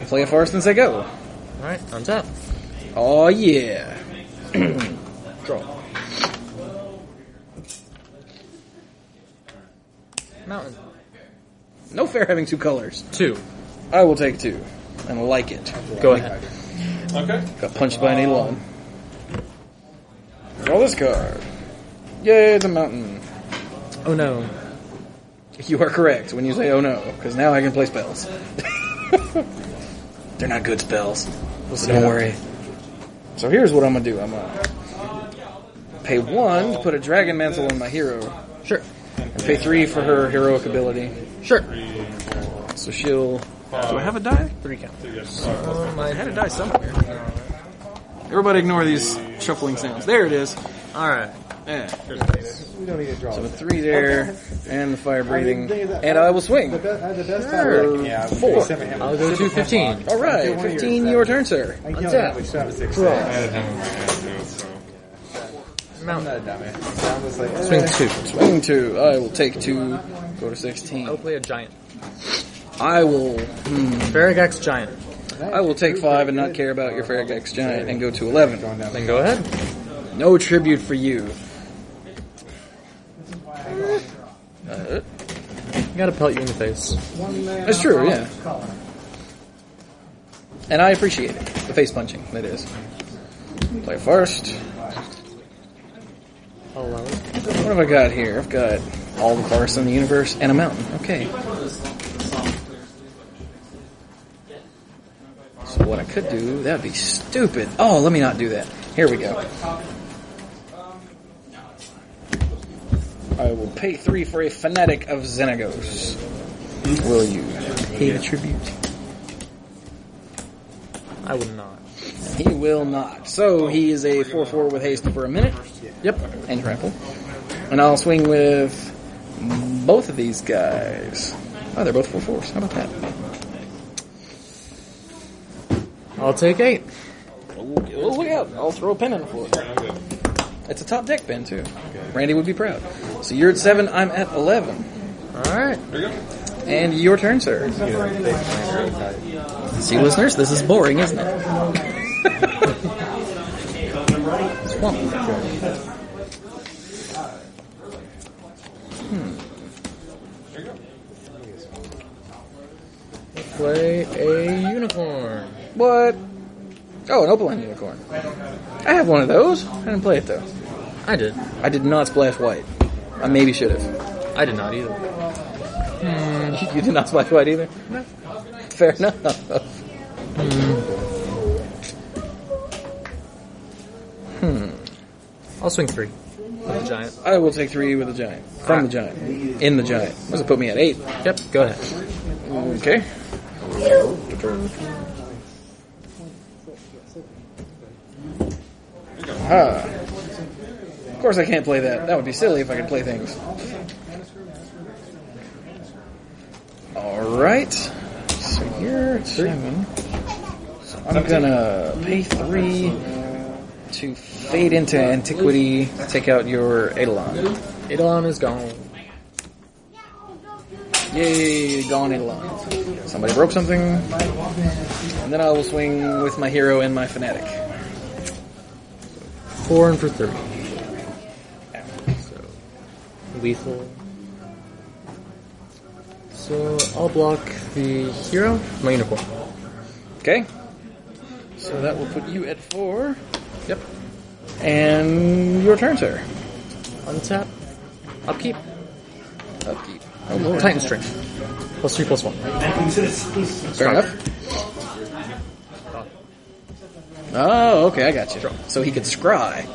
I play a forest and say go. All right. On top. Oh yeah. Draw. Mountain. No fair having two colors. Two. I will take two and like it. Go ahead. Okay. Got punched by an Eidolon. Draw this card. Yay, it's a mountain. Oh no. You are correct when you say oh no, because now I can play (laughs) spells. They're not good spells. So don't worry. So here's what I'm gonna do. I'm gonna pay one to put a dragon mantle on my hero. Sure. And pay three for her heroic ability. Sure. So she'll Do I have a die? Three count. Oh, I had my. a die somewhere. Everybody ignore these shuffling sounds. There it is. All right. Yeah. We don't need to draw. So three there, and the fire breathing, and I will swing. uh, Sure. Yeah, I would Four. say seven hammer. I'll go to fifteen. All right, fifteen. Your turn, sir. I can tell which shot was six. Draw. six. Mount. Sound was like, Swing eh. two. Swing two. I will take two. Go to sixteen. I'll play a giant. I will. Hmm. Faragax giant. I will take five and not care about your Faragax giant and go to eleven. Then go ahead. No tribute for you. Uh, I gotta pelt you in the face. That's true, yeah. And I appreciate it. The face punching, that is. Play first. Hello. What have I got here? I've got all the forests in the universe and a mountain. Okay. So what I could do, that'd be stupid. Oh, let me not do that. Here we go. I will pay three for a fanatic of Xenagos. Will you pay the tribute? I would not. He will not. So he is a 4 4 with haste for a minute. Yep. And trample. And I'll swing with both of these guys. Oh, they're both 4 4s. How about that? I'll take eight. Oh, look out. I'll throw a pin in the floor. It's a top deck pin, too. Randy would be proud. So you're at 7, I'm at 11. Alright. And your turn, sir. See, listeners, this is boring, isn't it? Play a unicorn. What? Oh, an Opaline unicorn. I have one of those. I didn't play it, though. I did. I did not splash white. I maybe should have. Hmm, I did not either. (laughs) You did not splash white either? No. Fair (laughs) enough. I'll swing three. With the giant. I will take three with the giant. From the giant. In the giant. Must have put me at eight. Yep, go ahead. Okay. Ah. Of course I can't play that. That would be silly if I could play things. Alright. So you're at seven. So I'm gonna pay three to fade into antiquity, take out your Eidolon. Eidolon is gone. Yay, gone Eidolon. Somebody broke something. And then I will swing with my hero and my fanatic. Four and for thirty. So lethal. So I'll block the hero, my unicorn. Okay? So that will put you at four. Yep. And your turn, sir. Untap. Upkeep. Upkeep. Oh, Titan string. Plus three plus one. Fair enough. Oh, okay, I got you. So he could scry.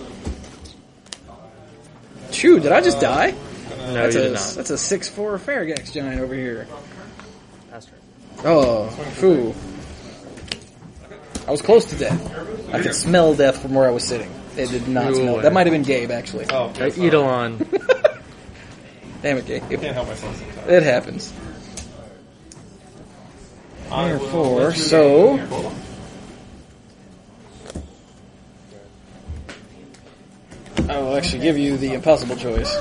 Chew, did I just die? Uh, No, that's you a, did not. That's a 6'4 Faragax giant over here. Pass turn. Oh, foo. I was close to death. I could smell death from where I was sitting. It did not You smell. were. That might have been Gabe, actually. Oh, Uh, Eidolon. (laughs) Damn it, Gabe. can't help myself sometimes. It happens. I will Therefore, let you- so- I will actually give you the impossible choice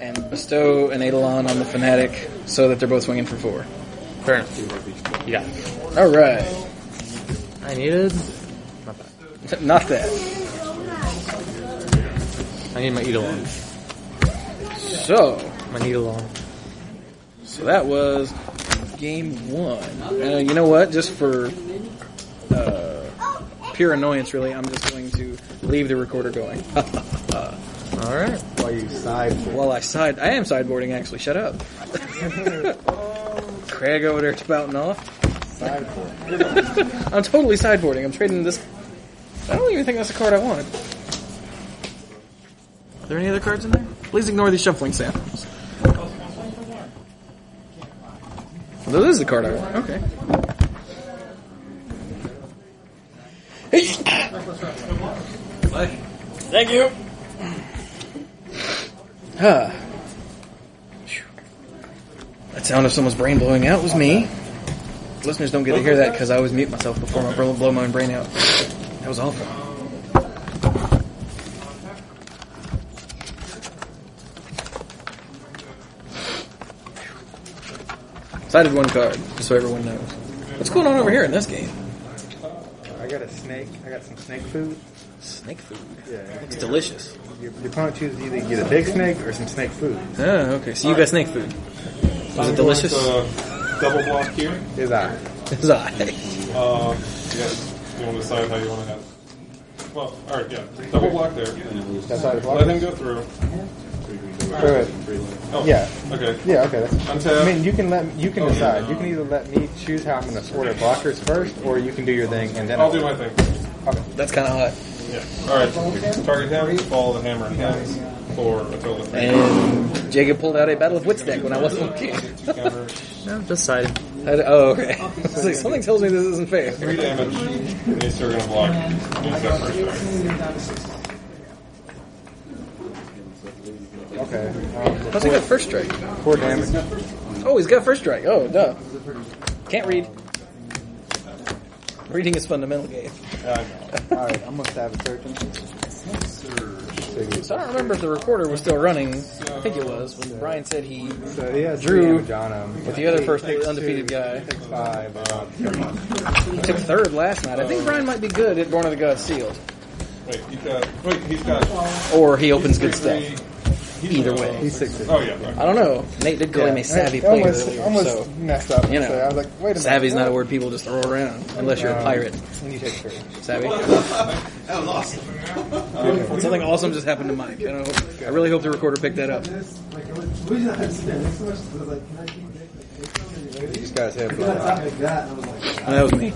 and bestow an Eidolon on the Fanatic so that they're both swinging for four. Fair enough. You got it. All right. I needed. Not (laughs) bad. Not that. I need my Eidolon. So, My Eidolon. so that was game one. Uh, you know what? Just for uh, pure annoyance, really, I'm just going to leave the recorder going. (laughs) Alright. While you side. While I side, I am sideboarding actually. Shut (laughs) up. Craig over there spouting off. (laughs) I'm totally sideboarding. I'm trading this. I don't even think that's the card I wanted. Are there any other cards in there? Please ignore the shuffling samples. Well, this is the card I want. Okay. Thank you. Huh. Phew. That sound of someone's brain blowing out was me. Listeners don't get to hear that because I always mute myself before I blow blow my own brain out. That was awful. Sided one card, just so everyone knows. What's going on over here in this game? I got a snake. I got some snake food. Snake food. Yeah, It's delicious. Your, your opponent chooses either get a big snake or some snake food. Oh, okay. So you got snake food. Was it delicious? Uh, (laughs) double block here. Is I. Is I. Uh, yes. You want to decide how you want to have. Well, all right, yeah. Double block there. That's how I block Let it? him go through. Alright. Oh, Yeah. Okay. Yeah. Okay. That's, Untap. I mean, you can let you can Oh, decide. yeah. You can either let me choose how I'm going to sort our blockers first, or you can do your thing and then I'll do my thing. Okay. That's kind of hot. Yeah. All right. Target him. Follow the hammer and hands for a total of three. And Jacob pulled out a Battle of Wits deck when I wasn't looking. no, just sided. (laughs) I- oh, okay. (laughs) I was like, something tells me this isn't fair. Three damage. And These two are going to block. Use that first action. Okay. um, How's he got first strike? Four damage. Oh, he's got first strike. Oh, duh. Can't read. Reading is fundamental, Gabe. All right. I'm gonna stab a surgeon. So I don't remember if the recorder was still running. I think it was when Brian said he So he has Drew three damage on him. with the other first Takes undefeated guy. Takes five. Uh, He took third last night. I think Brian might be good at Born of the Gods sealed, Wait, you've got. Wait, he's got. or he opens good stuff. He's Either way, he's six. Oh, yeah. Right. I don't know. Nate did call him a savvy player Almost, earlier, almost so messed up. you know, So I was like, wait a savvy's not minute. a word people just throw around unless you're a Um, pirate. And you take three. Savvy. Something awesome just happened to Mike, and I, hope, I really hope the recorder picked that up. You just got his head blown off. And that was oh, me.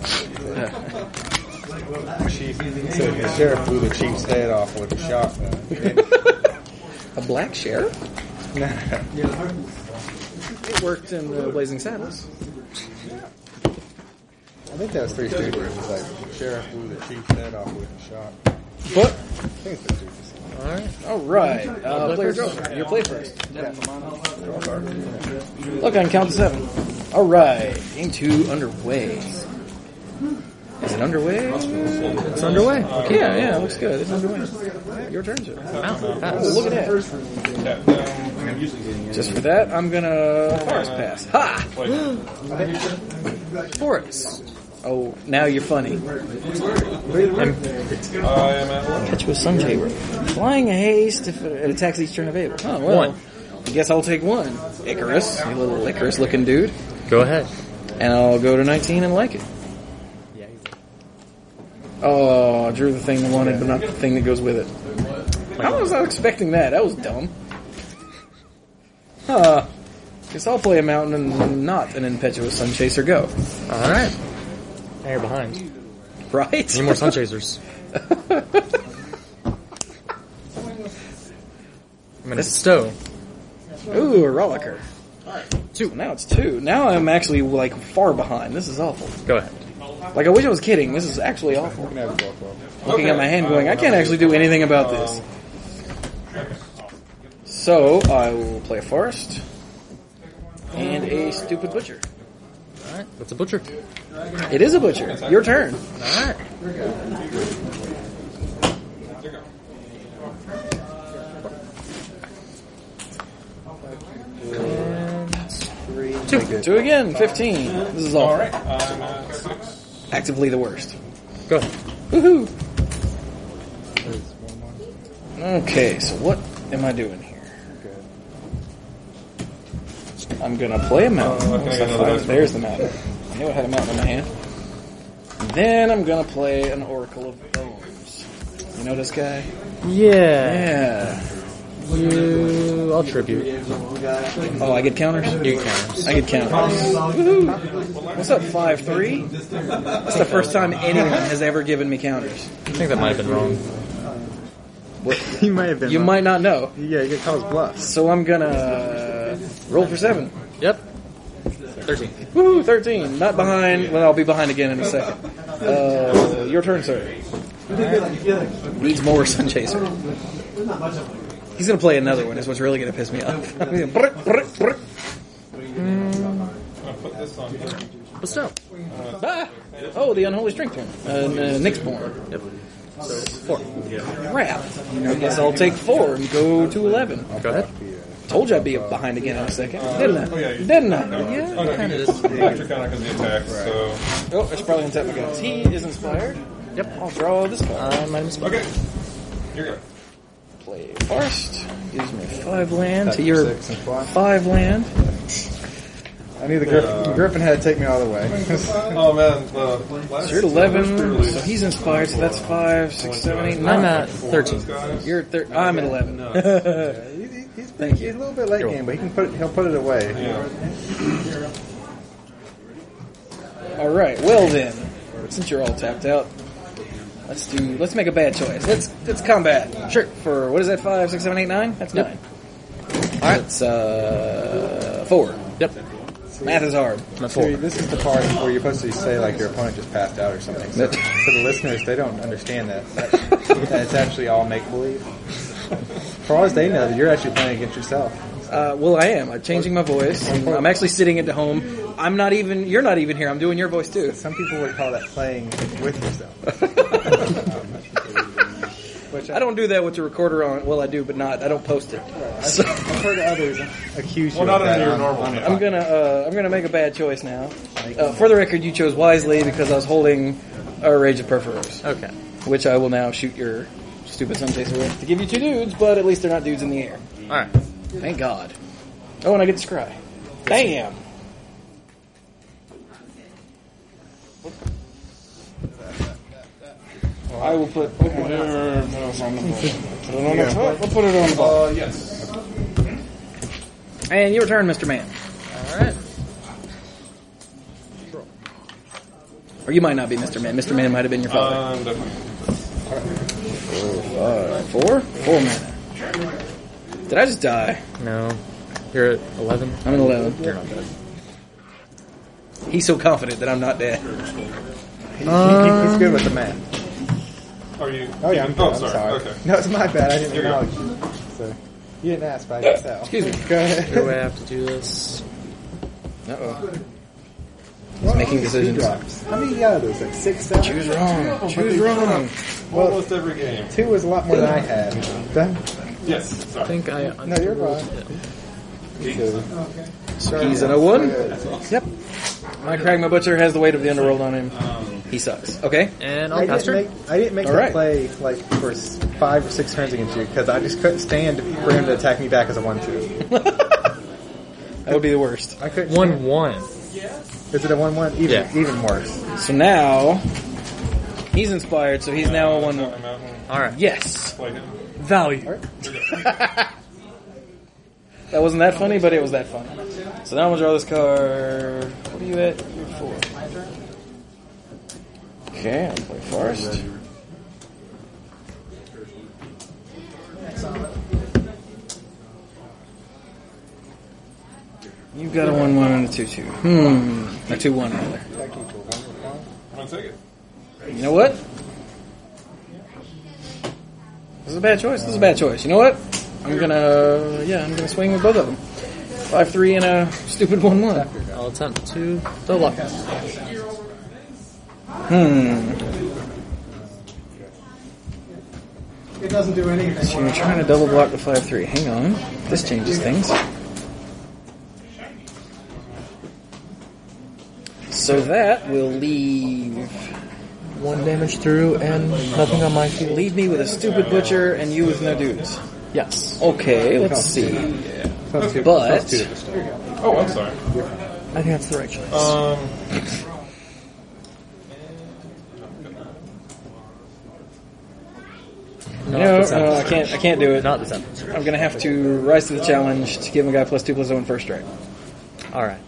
Chief. So the sheriff blew the chief's head off with a uh, (laughs) shotgun. A black sheriff. And- It worked in uh, Blazing Saddles. I think that was Three Stooges. It was like the sheriff blew the chief's head off with a shotgun. But I think it's Three Stooges. all right, uh, player's go. Your play first. Look, I can count to seven. All right, game two underway. Is it underway? It's underway. Yeah, yeah, it looks good. It's underway. Your turn, sir. Oh, look at that. Tap down. I'm usually getting Just for that, I'm gonna forest pass. Ha! (gasps) Forest. Oh, now you're funny. I am at one. Catch with Sun Saber. Flying haste if it attacks each turn available. Oh, well. One. I guess I'll take one. Icarus, you little Icarus looking dude. Go ahead. And I'll go to 19 and like it. Oh, I drew the thing I wanted, but not the thing that goes with it. How was I expecting that? That was dumb. Huh. Guess I'll play a mountain and not an impetuous sun chaser go. All right. Now you're behind. Right? Any more sun chasers? I'm gonna stow. Ooh, a rollicker. Two. Now it's two. Now I'm actually like far behind. This is awful. Go ahead. Like I wish I was kidding. This is actually awful. You can have a block roll. Looking at my hand, going, I can't actually do anything about this. So I will play a forest and a stupid butcher. All right. That's a butcher. It is a butcher. Your turn. All right. Two, two again. Fifteen. This is All awful. right. I'm at six. Actively the worst. Go ahead. Woohoo! Okay, so what am I doing here? I'm gonna play a mountain. Oh, Uh, okay, So fine, another dice roll. There's the mountain. I knew I had a mountain in my hand. Then I'm gonna play an Oracle of Bones. You know this guy? Yeah. Yeah. You. I'll tribute. Oh, I get counters? You counters. I get counters. Woohoo! What's up, 5 3? That's the first time anyone has ever given me counters. I think that might have been wrong. (laughs) You might have been. You wrong. might not know. Yeah, you could call his bluff. So I'm gonna roll for seven. Yep. Thirteen. Woo, thirteen. Not behind. Well, I'll be behind again in a second. Uh, your turn, sir. Needs more sun chaser. He's gonna play another one. Is what's really gonna piss me off. (laughs) What's up? Ah! Oh, the unholy strength one. Uh, uh, Nick's born. Yep. So four. Crap. I guess I'll take four and go to eleven. That- Told you I'd be up behind again in a second, didn't I? Didn't I? Yeah. kinda Okay. did. Patrick Connick is the attack, so. Oh, I should probably untap my guns. He is inspired. Yep, Uh, I'll draw this card. I'm inspired. Okay. You're good. Play forest. Gives me five land to your five land. I knew the Griffin, Griffin had to take me all the way. oh man, the So you're at 11, so he's inspired, so that's 5, 6, 7, 8, 9. I'm at 13. You're at 13. I'm at 11. (laughs) Thank you. He's a little bit late game, but he can put it, he'll put it away. Alright, well then, since you're all tapped out, let's do, let's make a bad choice. Let's, let's combat. Sure. For, what is that, 5, 6, 7, 8, 9? That's 9. Alright. It's, uh, 4. Yep. Math is hard. I'm at 4. See, this is the part where you're supposed to say like your opponent just passed out or something. So for the listeners, they don't understand that. that it's actually all make believe. For all they know, you're actually playing against yourself. Uh, well, I am. I'm changing my voice. and I'm actually sitting at home. I'm not even. You're not even here. I'm doing your voice too. (laughs) Some people would call that playing with yourself. I don't do that with the recorder on. Well, I do, but not. I don't post it. So, I've heard others accuse you. Well, of not that under your on- normal on- I'm gonna. Uh, I'm gonna make a bad choice now. Uh, for the record, you chose wisely because I was holding a rage of perforers. Okay. Which I will now shoot your stupid sun chaser with to give you two dudes, but at least they're not dudes in the air. All right. Thank God. Oh, and I get to scry. Damn. I will put. Put it on the top. I'll put it on the bottom. Uh, yes. And your turn, Mr. Man. All right. Or you might not be Mr. Man. Mr. Man might have been your father. Um, definitely. Uh, four? Four mana. Did I just die? No. You're at 11? I'm at 11. You're not dead. He's so confident that I'm not dead. He- he- he's good with the math. Are you? Oh yeah, I'm, oh, good. I'm sorry. sorry. Okay. (laughs) No, it's my bad. I didn't You're acknowledge you. So you didn't ask, but I guess so. Excuse me. (laughs) Go ahead. Do I have to do this? Uh oh. What making are these two decisions. drops? How many out of those? Like six, seven. Choose wrong. Choose wrong. Almost every game. Two was a lot more than I had. Done. Yes. Sorry. I think I. No, you're right. He's in a one. Yep. My Kragma Butcher has the weight of the underworld on him. He sucks. Okay. Um, And I didn't make I didn't make All that right. play like for s- five or six turns against you because I just couldn't stand for him to attack me back as a one-two. That would be the worst. I couldn't. One one. Is it a one-one? Even Yeah. even worse. So now he's inspired, so he's now a one. All right. Yes. Play him. Value. (laughs) that wasn't that funny, but it was that funny. So now I'm gonna draw this card. What are you at? You're four. Okay, I'll play forest. You've got a one one and a two two. Hmm. A two one rather. I'm gonna take it. You know what? This is a bad choice. This is a bad choice. You know what? I'm gonna uh, yeah, I'm gonna swing with both of them. Five three and a stupid one one. I'll attempt to double up. Hmm. It doesn't do anything. So you're trying to double block the five three. Hang on. This changes things. So that will leave One damage through and nothing on my field. leave me with a stupid butcher and you with no dudes. Yes. Okay, let's see. But Oh, I'm sorry. I think that's the right choice. Um. No, no, I can't. I can't do it. Not this episode. I'm gonna have to rise to the challenge to give a guy plus two plus one first strike. All right.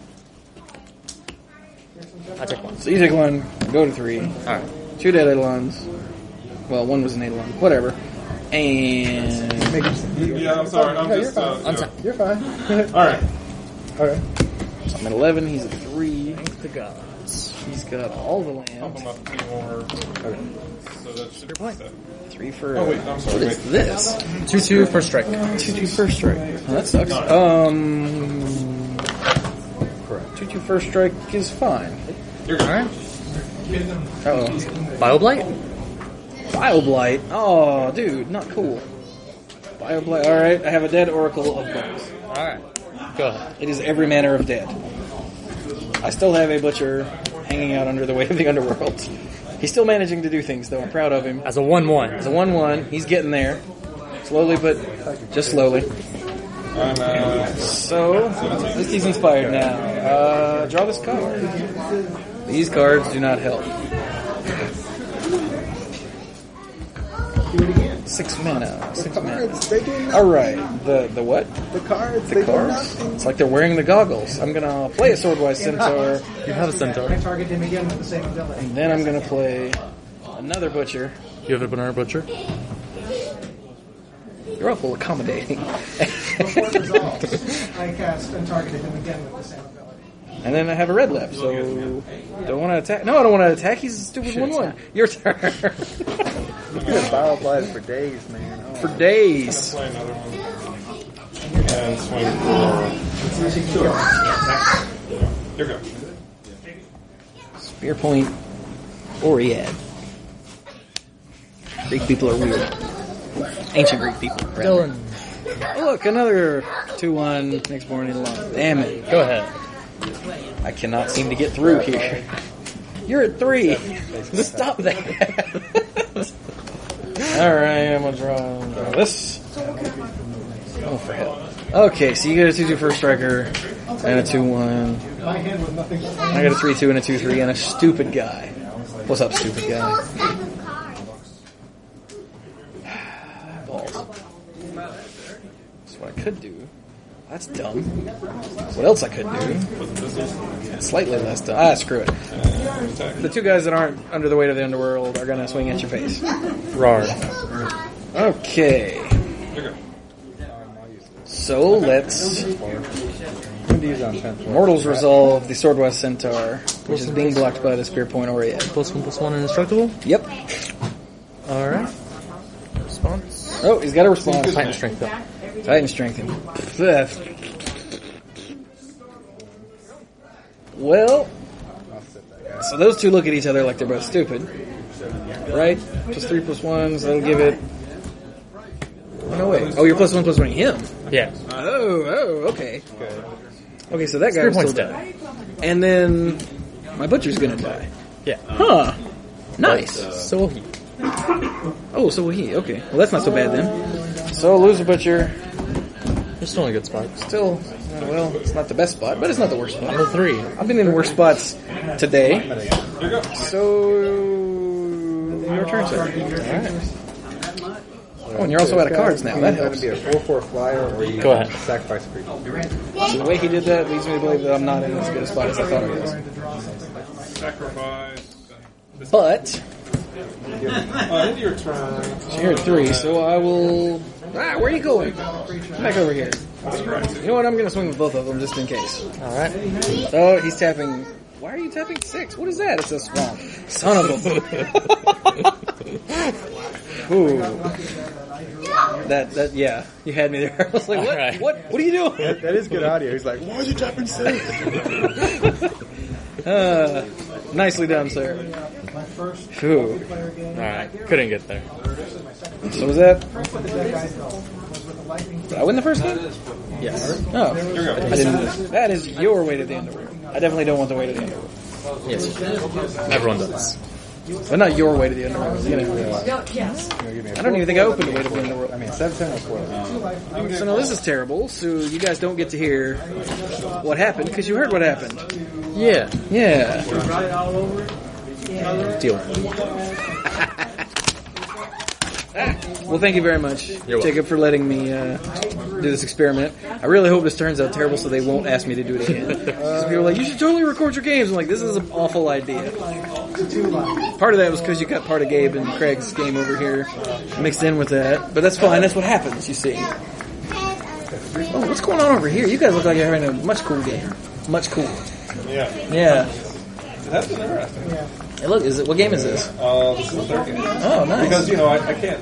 I take one. So you take one, go to three, All right. two dead Eidolons. Well, one was an Eidolon, whatever. And Yeah, I'm sorry. I'm No, just. you're Uh, I'm yeah. sorry. You're fine. All right. All right. I'm at eleven. He's at three. Thank the gods. He's got all the land. You're Three for. Oh, wait, I'm sorry, what is wait. this? Two two first strike. Two two first strike. Oh, that sucks. Um. Correct. Two two first strike is fine. All right. Oh. Bioblight. Bioblight. Oh, dude, not cool. Bioblight. All right, I have a dead Oracle of Bones. All right. Go ahead. It is every manner of dead. I still have a butcher hanging out under the weight of the (laughs) underworld. He's still managing to do things, though. I'm proud of him. As a one-one. As a one-one, he's getting there. Slowly, but just slowly. So, at least he's inspired now. Uh, draw this card. These cards do not help. Six mana. Six mana. Cards, they do nothing. All right. The the what? The cards, The they do cards. nothing. It's like they're wearing the goggles. I'm gonna play a swordwise centaur. You have a centaur. Target him again with the same ability. And then I'm gonna play another butcher. You have a banana butcher. You're awful accommodating. (laughs) I cast and targeted him again with the same ability. And then I have a red left, so don't want to attack. No, I don't want to attack. He's a stupid Shit, one one. Your turn. (laughs) You could have bottle applied for days, man. Oh. For days. And swing for. Here we go. Spear point, Oriad. Greek people are weird. Ancient Greek people. rather. Oh, look, another two one next born in line. Damn it. Go ahead. I cannot seem to get through here. You're at three. Stop that. (laughs) All right, I'm gonna draw, draw this. Oh, for hell. Okay, so you get a 2 2 first striker and a 2 1. My hand was nothing. I got a 3 2 and a 2 3 and a stupid guy. What's up, stupid guy? Balls. That's what I could do. That's dumb. What else I could do? Slightly less dumb. Ah, screw it. The two guys that aren't under the weight of the underworld are gonna swing at your face. Rar. Okay. So let's Mortals resolve the Swordwise Centaur, which is being blocked by the Spear Point Aureate. Plus one plus one indestructible? Yep. Alright. Response. Oh, he's got a response. Titan strength, though. Titan strength. him. Pff. Well, so those two look at each other like they're both stupid. Right? Plus three plus one, so that'll give it. Oh, no, wait. Oh, you're plus one plus one him. Yeah. Oh, oh, okay. Okay, so that guy Spear was still point's dead. And then my butcher's gonna die. Yeah. Huh. Nice. So will he. Oh, so will he. Okay. Well, that's not so bad then. So lose a butcher. It's still in a good spot. Still, uh, well, it's not the best spot, but it's not the worst spot. Level three. I've been in worse spots today. So your turn, sir. Oh, and you're also out of cards now. That helps. Be a four-four flyer, or you Go ahead. sacrifice a creature. So the way he did that leads me to believe that I'm not in as good a spot as I thought I was. Sacrifice. But Uh, end your turn. you're at three, so I will. Ah, where are you going? Come back over here. You know what? I'm gonna swing with both of them just in case. All right. Oh, he's tapping. Why are you tapping six? What is that? It's a swamp. Son of a. (laughs) Ooh. That that yeah. You had me there. (laughs) I was like, what? What? What are you doing? that is good audio. He's like, why is he tapping six? Uh, nicely done, sir. Phew. Alright, couldn't get there. So was that? Lightning. Did I win the first game? Yes. Oh, You're right. I didn't- that is your way to the underworld. I definitely don't want the way to the underworld. Yes. Everyone does. But not your way to the underworld. You know. Yes. I don't even think I opened way to the underworld. I mean, seven was four. So now this is terrible. So you guys don't get to hear what happened because you heard what happened. Yeah. Yeah. all over it. Deal. Well, thank you very much, You're welcome. Jacob, for letting me uh, do this experiment. I really hope this turns out terrible so they won't ask me to do it (laughs) again. 'Cause people are like, you should totally record your games. I'm like, this is an awful idea. Part of that was because you got part of Gabe and Craig's game over here mixed in with that, but that's fine. That's what happens, you see. Oh, what's going on over here? You guys look like you're having a much cool game. Much cool. Yeah. Yeah. That's interesting. Hey, look, is it what game is this? Uh, this is the third game. Oh, nice. Because you know I, I can't.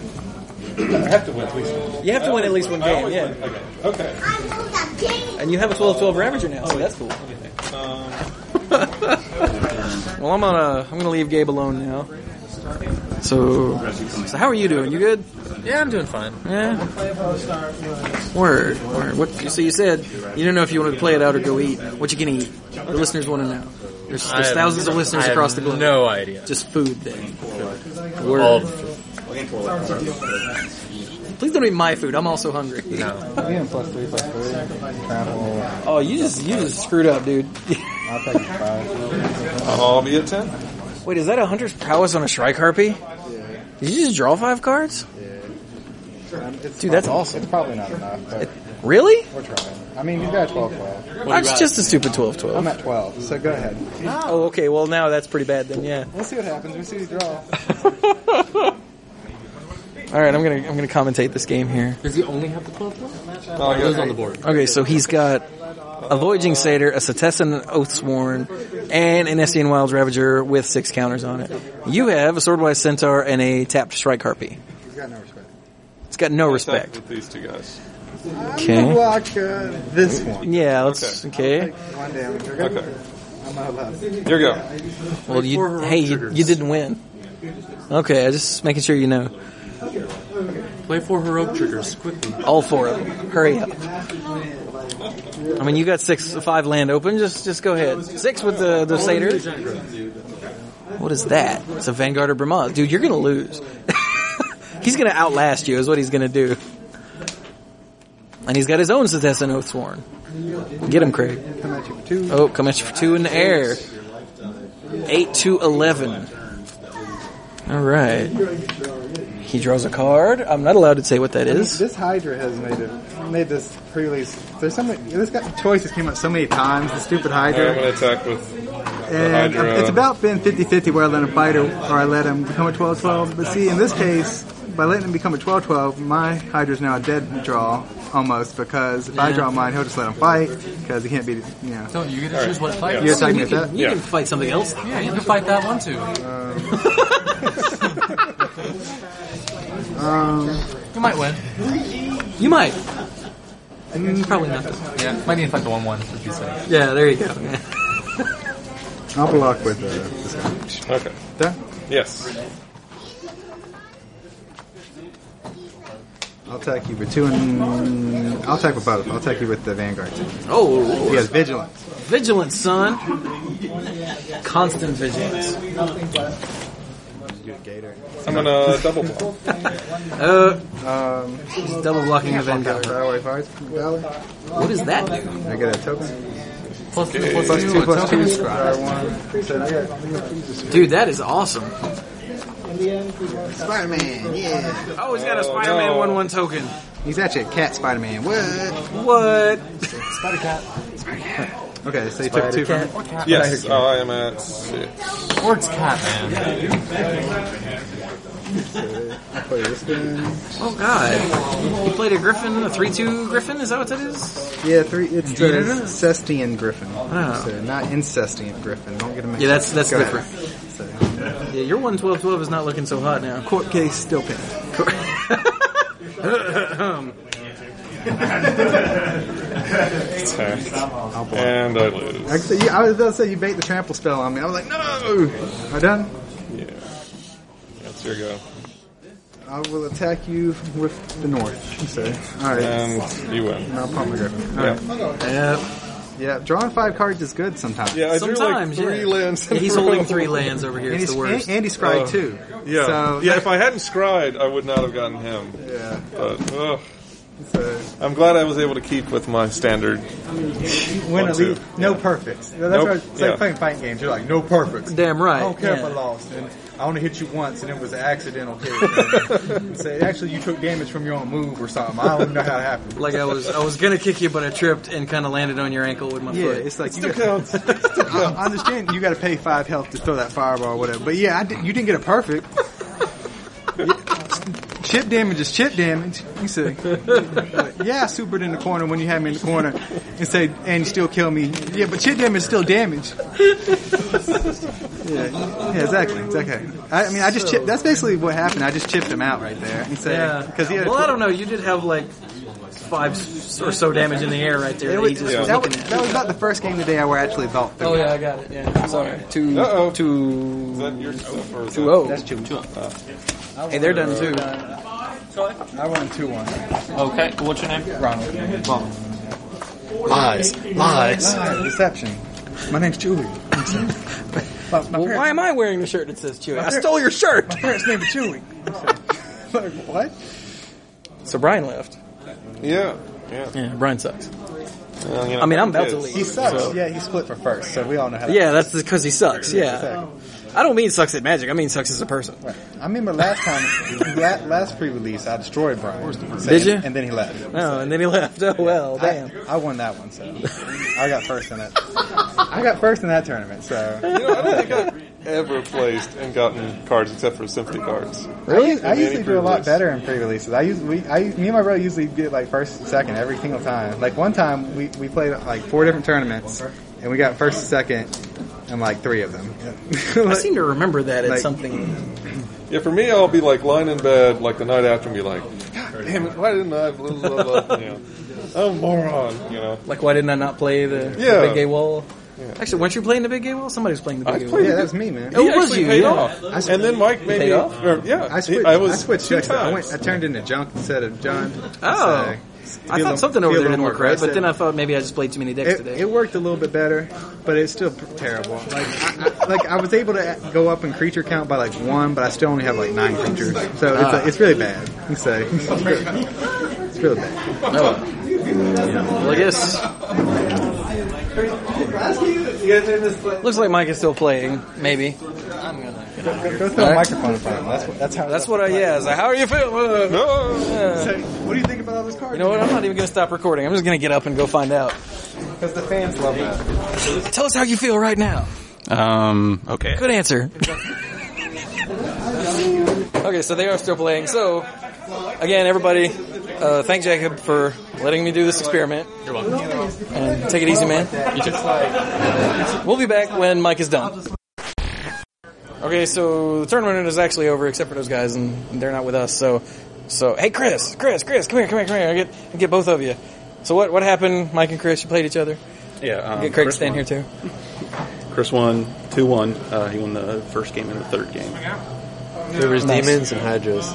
I have to win at least. one. You have to win at least one I game, always yeah. win. Okay. Okay. And you have a 12-12 ravager now, Oh, so that's cool. Um, (laughs) well, I'm gonna I'm gonna leave Gabe alone now. So, so how are you doing? You good? Yeah, I'm doing fine. Yeah. Word. Word. What? So you said you didn't know if you wanted to play it out or go eat. What you gonna eat? The listeners want to know. There's, I there's have- thousands of listeners I have across the globe. No idea. Just food then. Word. All Please don't eat my food. I'm also hungry. No. Yeah, plus three, plus three. Travel. Oh, you just you just screwed up, dude. (laughs) I'll take five. I'll be at ten. Wait, is that a hunter's prowess on a Shrike Harpy? Did you just draw five cards? Dude, that's awesome. It's probably not enough. But Really? We're trying. I mean, you've got 12, 12. That's just a stupid 12 I'm at 12, so go ahead. Oh, okay. Well, now that's pretty bad then, yeah. We'll see what happens. We'll see who draws. All right, I'm going to I'm going to commentate this game here. Does he only have the 12 Oh, Those on the board. Okay, so he's got a Voyaging Satyr, a Setessan Oathsworn, and an Essien Wild Ravager with six counters on it. You have a Swordwise Centaur and a Tapped Shrike Harpy. He's got no respect. It's got no respect. With these two guys. Okay. I'm gonna block uh, this one. Yeah, let's okay. One damage. Okay. I'm not allowed. Here you go. Well, you hey, you, you didn't win. Okay, I just making sure you know. Play four heroic triggers quickly. All four of them. Hurry up. I mean, you got six, five land open. Just, just go ahead. Six with the the satyr. What is that? It's a Vanguard or Brahma. Dude, you're gonna lose. (laughs) he's gonna outlast you. Is what he's gonna do. And he's got his own Setessan Oathsworn. Get him, Craig. Come at you for two. Oh, come at you for two in the air. Eight to eleven. All right. He draws a card. I'm not allowed to say what that I mean, is. This Hydra has made it made this pre-release. There's so many. This got choices came up so many times. The stupid I'm Hydra. going to attack with the And um, Hydra. it's about been 50-50 where I let him fight or, or I let him become a 12-12. But see, in this case, by letting him become a 12-12, my Hydra's now a dead draw almost because if I Yeah. draw mine, he'll just let him fight because he can't beat it. You know. Don't you get to choose what fight? You're attacking You at can- that? You can fight something else. Yeah, you can fight that one too. Um, you might win. Mm, You might. probably not. Yeah, might need to fight the one one. Would you say? Yeah, there you go. I'll block with uh, this guy. Okay. There? Yes. I'll attack you with two and I'll attack with both. I'll attack you with the Vanguard. Too. Oh, He has vigilance. Vigilance, son. Constant vigilance. I'm going to (laughs) double block. Uh, um, he's double blocking the Vanguard. What What does that do? uh, I get a token. Plus two, plus two, plus two, scry one. So I get- Dude, that is awesome. Spider-Man, yeah. Oh, he's got a Spider-Man no. one one token. He's actually a cat Spider-Man. What? What? Spider cat. Okay, so you took Spider two from cat. Yes, Oh, I am at six. Or it's cat man. I play this one. Oh God! You played a Griffin, a three-two Griffin. Is that what that is? Yeah, three. It's the Indeed it is. Cestian Griffin. Oh. So not incestian Griffin. Don't get him. Yeah, that's that's Go ahead. different. Yeah, your one twelve twelve is not looking so hot now. Court case still pending. Attack. And I lose. Actually, yeah, I was gonna say you bait the trample spell on me. I was like, no. I done. Yeah. That's your go. I will attack you with the north. So, all right. Um, And you win. And I'll pump my griffin. All Yeah. right. Yeah, drawing five cards is good sometimes. Yeah, I drew, like, Sometimes, three yeah. lands in Yeah, he's a row. holding three lands over here. And It's the he's- worst. and- and he's Scry Uh, too. Yeah. So- yeah, if I hadn't scried, I would not have gotten him. Yeah. But, ugh. So, I'm glad I was able to keep with my standard. win One, or two. lose, no perfects. That's Nope. what, it's like Yeah. playing fighting games. You're like, no perfects. Damn right. I don't care Yeah. if I lost, and I only hit you once, and it was an accidental (laughs) kill. so actually, you took damage from your own move or something. I don't even know how it happened. Like I was, I was gonna kick you, but I tripped and kind of landed on your ankle with my Yeah, foot. it's like you got, (laughs) I, I understand you got to pay five health to throw that fireball or whatever, but yeah, I did, you didn't get a perfect. (laughs) chip damage is chip damage. You say, but, yeah, I supered in the corner when you had me in the corner, and say, and you still kill me. Yeah, but chip damage is still damage. Yeah, yeah, exactly, exactly. I, I mean, I just chipped. That's basically what happened. I just chipped him out right there. And say, yeah. because he had a well, I tw- don't know. You did have like five s- or so damage in the air right there. It that he was, just that, was was, looking at. that was about the first game today I where I actually felt. Oh yeah, I got it. Yeah, sorry. Two, Is that your stuff or is Two that- oh. That's two. Hey, they're done too. I won two one. Okay, what's your name? Ronald. Lies. Lies. Ah, Deception. My name's (laughs) Julie. Well, why am I wearing a shirt that says Chewy? My I par- stole your shirt. My parents named it Chewy. (laughs) like, what? So Brian left. Yeah. Yeah. Brian sucks. you know, I mean, I'm about it to is. leave. He sucks. so- Yeah, he split for first, so we all know how. that- Yeah, that's because he sucks. Yeah, Yeah. I don't mean sucks at magic. I mean sucks as a person. I remember last time, la- last pre-release, I destroyed Brian. Did you? And then he left. No, and then he left. Oh well, I- damn. I, won that one, so I got first in it. I got first in that tournament, so You know, I don't think I've ever placed and gotten cards except for symphony cards. I, us- I In any usually do a lot pre-release. better in pre-releases. I usually, we, I, me and my brother usually get like first, second every single time. Like one time, we, we played like four different tournaments, and we got first, second, and like three of them. I seem to remember that Like- it's something. Yeah, for me, I'll be like lying in bed like the night after and be like, God damn it, why didn't I? Blah, blah, blah, blah. You know, I'm a moron, you know. Like, why didn't I not play the, the Yeah. big gay wall? Yeah. Actually, weren't you playing the big gay wall? Somebody was playing the big I gay wall. played Yeah, it. that's me, man. Oh, He it was actually you? paid yeah. off. I swear- And then Mike made paid me- off? or- yeah, I switched. I was I switched two decks. I, times. went, I turned into junk instead of John. Oh. I thought something over there didn't work right, but then I thought maybe I just played too many decks it, today. it worked a little bit better, but it's still p- terrible. Like, I, I, like I was able to a- go up in creature count by like one, but I still only have like nine creatures, so it's, Ah. like, it's really bad. So (laughs) it's really bad. Well, I guess. Looks like Mike is still playing. Maybe. Go throw a microphone in front of him. That's what, that's how. That's what I yeah. Is like, how are you feeling? what do you think about all this card? You know what? I'm not even gonna stop recording. I'm just gonna get up and go find out. Because the fans love that. Tell us how you feel right now. Um, okay. Good answer. okay, so they are still playing. So, again, everybody, uh, thank Jacob for letting me do this experiment. You're welcome. And take it easy, man. You too. We'll be back when Mike is done. Okay, so the tournament is actually over, except for those guys, and they're not with us. So, so hey, Chris, Chris, Chris, come here, come here, come here. I get, I get both of you. So what, what happened? Mike and Chris, you played each other. Yeah, um, get Craig Chris Stan won. here too. Chris won 2 1. Uh, he won the first game and the third game. There was Nice. demons and hydras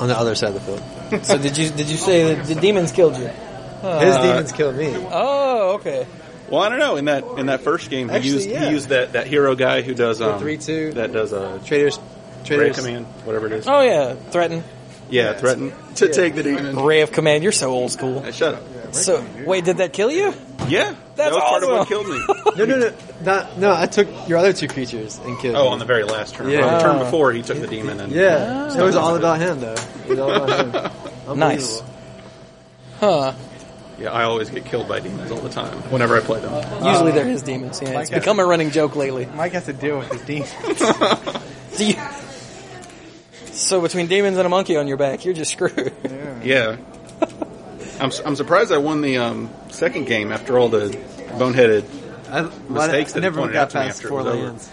on the other side of the field. so did you did you say that the demons killed you? Uh, His demons killed me. Oh, okay. Well, I don't know. In that in that first game, he Actually, used yeah. he used that, that hero guy who does um, three, two. that does uh, a traders trade Traders- command whatever it is. Oh yeah, threaten. Yeah, threaten to take the demon. Ray of command. You're so old school. shut up. So wait, did that kill you? Yeah, That's that was part of what awesome. killed me. No, no, no, not, no. I took your other two creatures and killed. Oh, you. on the very last turn. Yeah. Yeah. the turn before, he took the demon. And Oh. Yeah, it was all about him though. It was all about him. Unbelievable. Nice. Huh. Yeah, I always get killed by demons all the time whenever I play them. Usually they're his demons. Yeah, it's Mike- become a running joke lately. Mike has to deal with his demons. Do you- so between demons and a monkey on your back, you're just (laughs) screwed. Yeah. (laughs) I'm, su- I'm surprised I won the um, second game after all the boneheaded mistakes I that never he pointed got out to me past after it four was over. lands,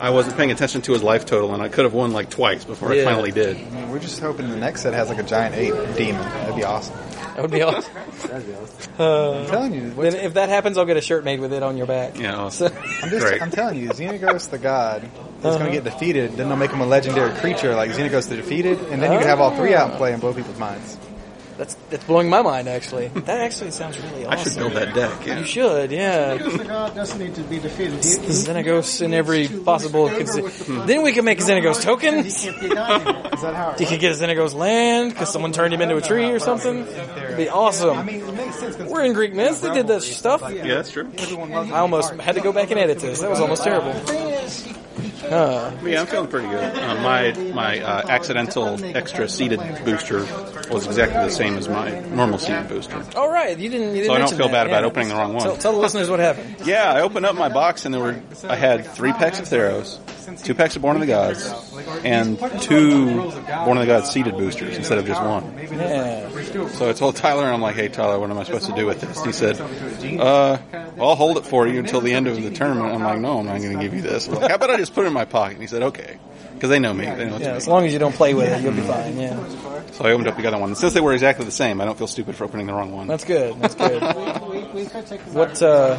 I wasn't paying attention to his life total, and I could have won like twice before I Yeah. finally did. We're just hoping the next set has like a giant ape demon. That'd be awesome. That would be awesome. That'd be awesome. Uh, I'm telling you, Then if that happens, I'll get a shirt made with it on your back. Yeah. So, I'm just, I'm telling you, Xenagos the god is going to get defeated. Then they'll make him a legendary creature like Xenagos the defeated, and then you can have all three out and play and blow people's minds. that's that's blowing my mind actually. That actually sounds really awesome. I should build that deck. Yeah. You should, yeah. the god doesn't need to be defeated. He- he- Xenagos in every possible. consi- then we can make Xenagos tokens. (laughs) Is that how? You could get a Xenagos land because someone turned him into a tree or something. It'd be awesome. mean, it makes sense. We're in Greek myths. They did that stuff. Yeah, that's true. I almost had to go back and edit this. That was almost terrible. Huh. Yeah, I'm feeling pretty good. Uh, my my uh, accidental extra seated booster was exactly the same as my normal seated booster. All right, you didn't. You didn't So I don't mention feel that, bad about yeah. opening the wrong one. (laughs) Tell, tell the listeners what happened. Yeah, I opened up my box and there were I had three packs of Theros, two packs of Born of the Gods, and two Born of the Gods seated boosters instead of just one. So I told Tyler, I'm like, hey, Tyler, what am I supposed to do with this? And he said, uh, well, I'll hold it for you until the end of the tournament. I'm like, no, I'm not going to give you this. I'm like, how about I just put it in my pocket? And he said, okay. Because they know me. They know what to Yeah, as long as you don't play with it, Mm-hmm. you'll be fine. Yeah, do. So I opened up the other one. And since they were exactly the same, I don't feel stupid for opening the wrong one. that's good. That's good. what? Uh,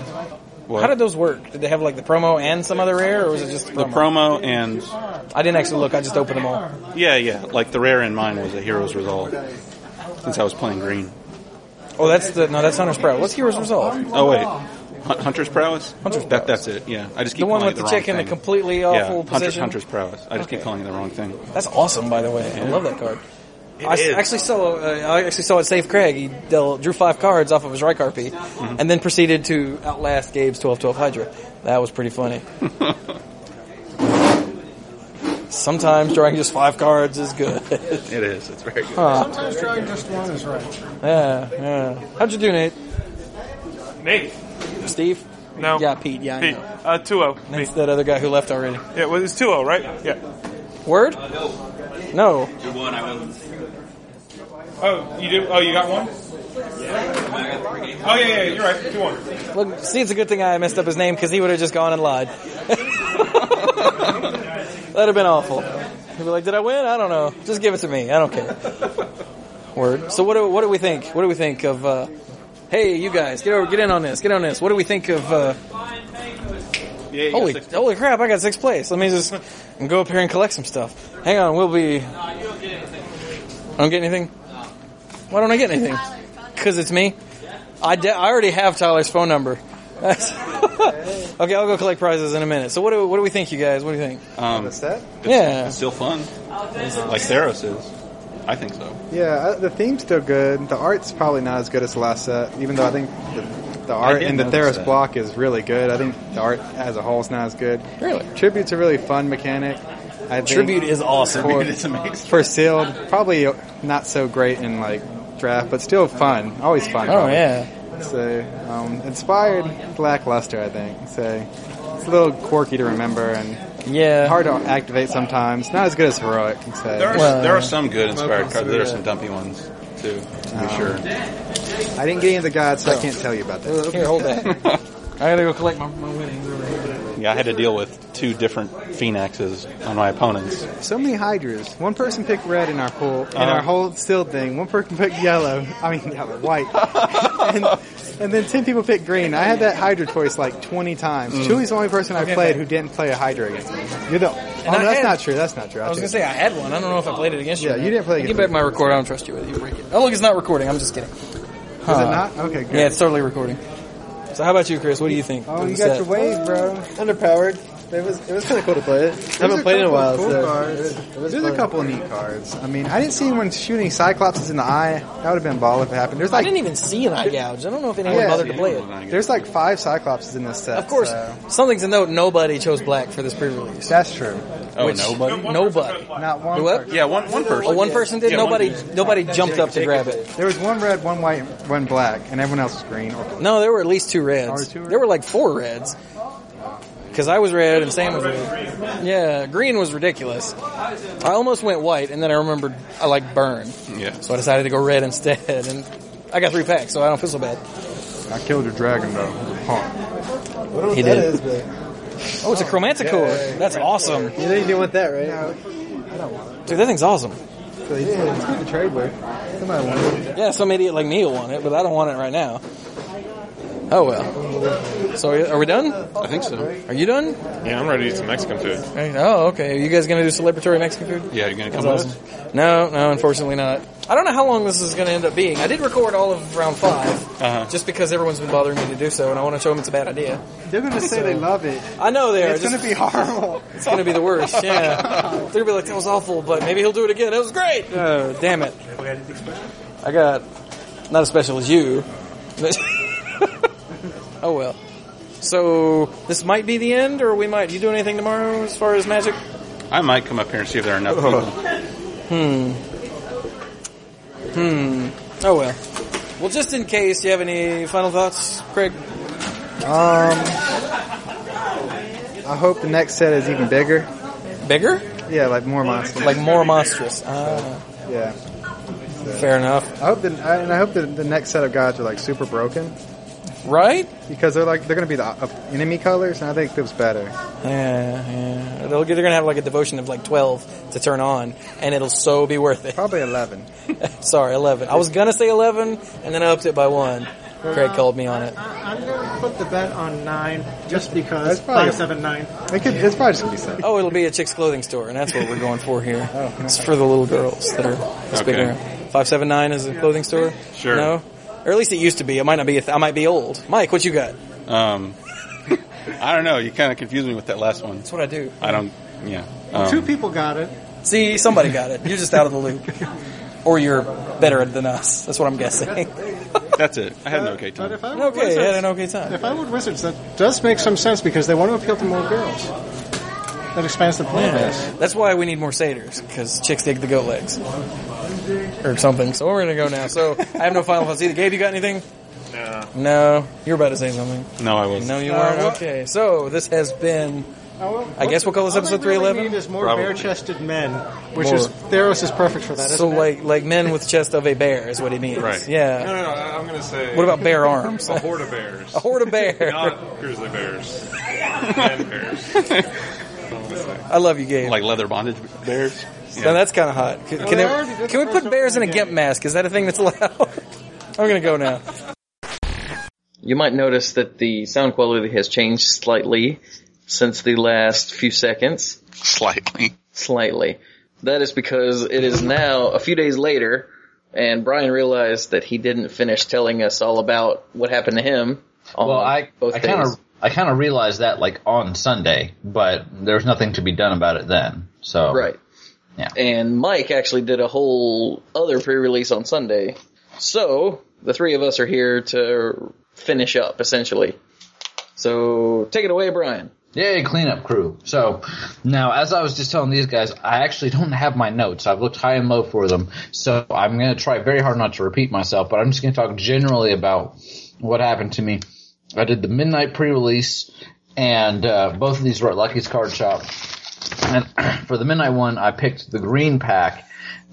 What? How did those work? Did they have like the promo and some other rare, or was it just the The promo? promo and I didn't actually look. I just opened them all. yeah, yeah, like the rare in mine was a Hero's Resolve, since I was playing green. Oh, that's the no. That's Hunter's Proud. What's Hero's Resolve? Oh wait, Hun- Hunter's Prowess. Hunter's Prowess. That, that's it. Yeah, I just keep The one calling with it the chick in wrong the thing. completely yeah, awful Hunter's position? Hunter's Prowess. I just keep Okay. calling it the wrong thing. That's awesome, by the way. I Yeah. love that card. I s- actually saw. Uh, I actually saw it. Save Craig. He dealt, drew five cards off of his Rykar P, Mm-hmm. and then proceeded to outlast Gabe's twelve twelve Hydra. That was pretty (laughs) funny. Sometimes drawing just five cards is good. (laughs) it is. It's very good. Huh. Sometimes drawing just one is right. Yeah, yeah. How'd you do, Nate? Nate. Steve? No. Yeah, Pete. Yeah, I Pete. know. Uh, 2 0. That's that other guy who left already. Yeah, well, it's 2 0, oh, right? Yeah. Word? No. Oh, you do? Oh, you got one? Oh, yeah, yeah, you're right. 2 1. Look, see, it's a good thing I messed up his name because he would have just gone and lied. (laughs) That'd have been awful. He'd be like, "Did I win? I don't know. Just give it to me. I don't care." Word. So what do what do we think? What do we think of? Uh, hey, you guys, get over, get in on this, get on this. What do we think of? Uh, holy, holy crap! I got sixth place. Let me just go up here and collect some stuff. Hang on, we'll be. I don't get anything. Why don't I get anything? Because it's me. I, de- I already have Tyler's phone number. (laughs) That's- okay, I'll go collect prizes in a minute. So what do what do we think, you guys? What do you think? (laughs) Um, What's that? Yeah. It's still fun, like Theros is. I think so. Yeah, uh, the theme's still good. The art's probably not as good as the last set, even though I think the, the I art did in the notice Theros that. block is really good. I think the art as a whole is not as good. Really, tribute's a really fun mechanic. I think Tribute is awesome. Tribute is amazing. For sealed, probably not so great in like draft, but still fun. Always fun. Oh, probably. yeah. So um, inspired, lackluster, I think. So it's a little quirky to remember and. Yeah, hard to activate sometimes. Not as good as heroic. So. There are, there are some good inspired cards. There are some dumpy ones too, to be Um, sure. I didn't get any of the gods, so I can't tell you about that. Here, hold that. (laughs) I gotta go collect my, my winnings. Yeah, I had to deal with two different phoenixes on my opponents. So many hydras. One person picked red in our pool, in Uh-huh. our whole sealed thing. One person picked yellow. I mean, yellow, (laughs) white. and, and then ten people picked green. I had that hydra choice like twenty times. Mm. Chili's the only person I Okay, played fine. who didn't play a hydra against me. You're the. oh, I no, that's had- not true. That's not true. I was gonna take say it. I had one. I don't know if I played it against you. Yeah, you didn't play Give against back me. my record. I don't trust you with it. You break it. Oh look, it's not recording. I'm just kidding. Is it uh, not? Okay, good. Yeah, it's totally recording. So how about you, Chris? What do you think? Oh, of you the got set? your wave, bro. Underpowered. It was it was kind of cool to play it. I haven't played in a while. Cool so cards. it was- it was There's a fun. couple of neat cards. I mean, I didn't see anyone shooting Cyclopses in the eye. That would have been ball if it happened. There's I like didn't even see an eye gouge. I don't know if anyone Yeah. bothered to play it. There's like five Cyclopses in this set. Of course, so- something to note: nobody chose black for this pre-release. That's true. Oh, nobody? Nobody. Not one. What? Yeah, one one person. Oh, one person did. Yeah, one nobody. person. Nobody jumped up to grab it. There was one red, one white, one black, and everyone else was green. Or blue. No, there were at least two There were reds. two There were like four reds. Because I was red and Sam was red. Yeah, green was ridiculous. I almost went white, and then I remembered I like burn, Yeah. so I decided to go red instead. And I got three packs, so I don't feel so bad. I killed your dragon though. I don't He know what did. that is, Oh, it's a chromantic core. That's awesome, but you know you didn't want that, right? dude. That thing's awesome. So yeah, it's good to trade with. Somebody wanted it. Yeah, some idiot like me will want it, but I don't want it right now. Oh well. So are- are we done? I think so. Are you done? Yeah, I'm ready to eat some Mexican food. Oh, okay. Are you guys gonna do celebratory Mexican food? Yeah, you're gonna That's come with awesome. us. No, no, unfortunately not. I don't know how long this is going to end up being. I did record all of round 5 Uh-huh. just because everyone's been bothering me to do so, and I want to show them it's a bad idea. They're gonna say they love it. I know they are. It's gonna just- be horrible. It's going to be the worst. (laughs) Yeah, they're going to be like, "That was awful," but maybe he'll do it again. That was great. Oh, damn it! I got not as special as you. (laughs) oh well. So this might be the end, or we might. You doing anything tomorrow as far as magic? I might come up here and see if there are enough people. Hmm. Hmm. Oh well. Well, just in case you have any final thoughts, Craig. Um, I hope the next set is even bigger. Bigger? Yeah, like more monstrous. Like more monstrous. Ah. Yeah. Fair enough. I hope that, I, and I hope that the next set of gods are like super broken, right? Because they're like they're going to be the uh, enemy colors, and I think that's better. Yeah, yeah. They'll, they're gonna have like a devotion of like twelve to turn on, and it'll so be worth it. Probably eleven. Sorry, eleven. I was gonna say eleven, and then I upped it by one. Craig Uh, called me on it. I'm gonna put the bet on nine, just because That's probably- five seven nine. It could, it's probably just gonna be seven. Oh, it'll be a chick's clothing store, and that's what we're going for here. It's for the little girls that are this big Okay. around. Five seven nine is a clothing store. Sure. No, or at least it used to be. It might not be. A th- I might be old. Mike, what you got? Um, I don't know. You kind of confused me with that last one. That's what I do. I don't. Yeah. Two Um, people got it. See, somebody got it. You're just out of the loop, or you're better than us. That's (laughs) what I'm guessing. that's it. I had an okay time. But if I An were okay, wizards, had an okay time. If I were wizards, that does make some sense because they want to appeal to more girls. That expands the player base. Yeah. That's why we need more satyrs because chicks dig the goat legs or something. So we're gonna go now. So I have no final thoughts either. Gabe, you got anything? Nah. No, you're about to say something. No, I wasn't. No, you Uh, weren't. what- Okay, so this has been. I guess we'll call this All they episode really 311. need Is more Probably. bare-chested men, which More. is Theros is perfect for that. So Isn't it? like like men with chest of a bear is what he means. Right. Yeah. No, no, no. I- I'm going to say. What about bear arms? A horde of bears. A (laughs) horde of bear. Not grizzly (laughs) bears. And bears. I love you, Gabe. Like leather bondage bears. Now that's kind of hot. Can, Well, can they it- already did the can we put bears in a gimp mask? Is that a thing that's allowed? I'm gonna go now. You might notice that the sound quality has changed slightly since the last few seconds. Slightly. Slightly. That is because it is now a few days later, and Brian realized that he didn't finish telling us all about what happened to him. On Well, I both I kind days. of I kind of realized that like on Sunday, but there was nothing to be done about it then. So Right. Yeah. And Mike actually did a whole other pre-release on Sunday. So the three of us are here to finish up essentially. So take it away, Brian. Yay, cleanup crew. So now, as I was just telling these guys, I actually don't have my notes. I've looked high and low for them. So I'm going to try very hard not to repeat myself, but I'm just going to talk generally about what happened to me. I did the midnight pre-release and, uh, both of these were at Lucky's Card Shop. And (clears throat) for the midnight one, I picked the green pack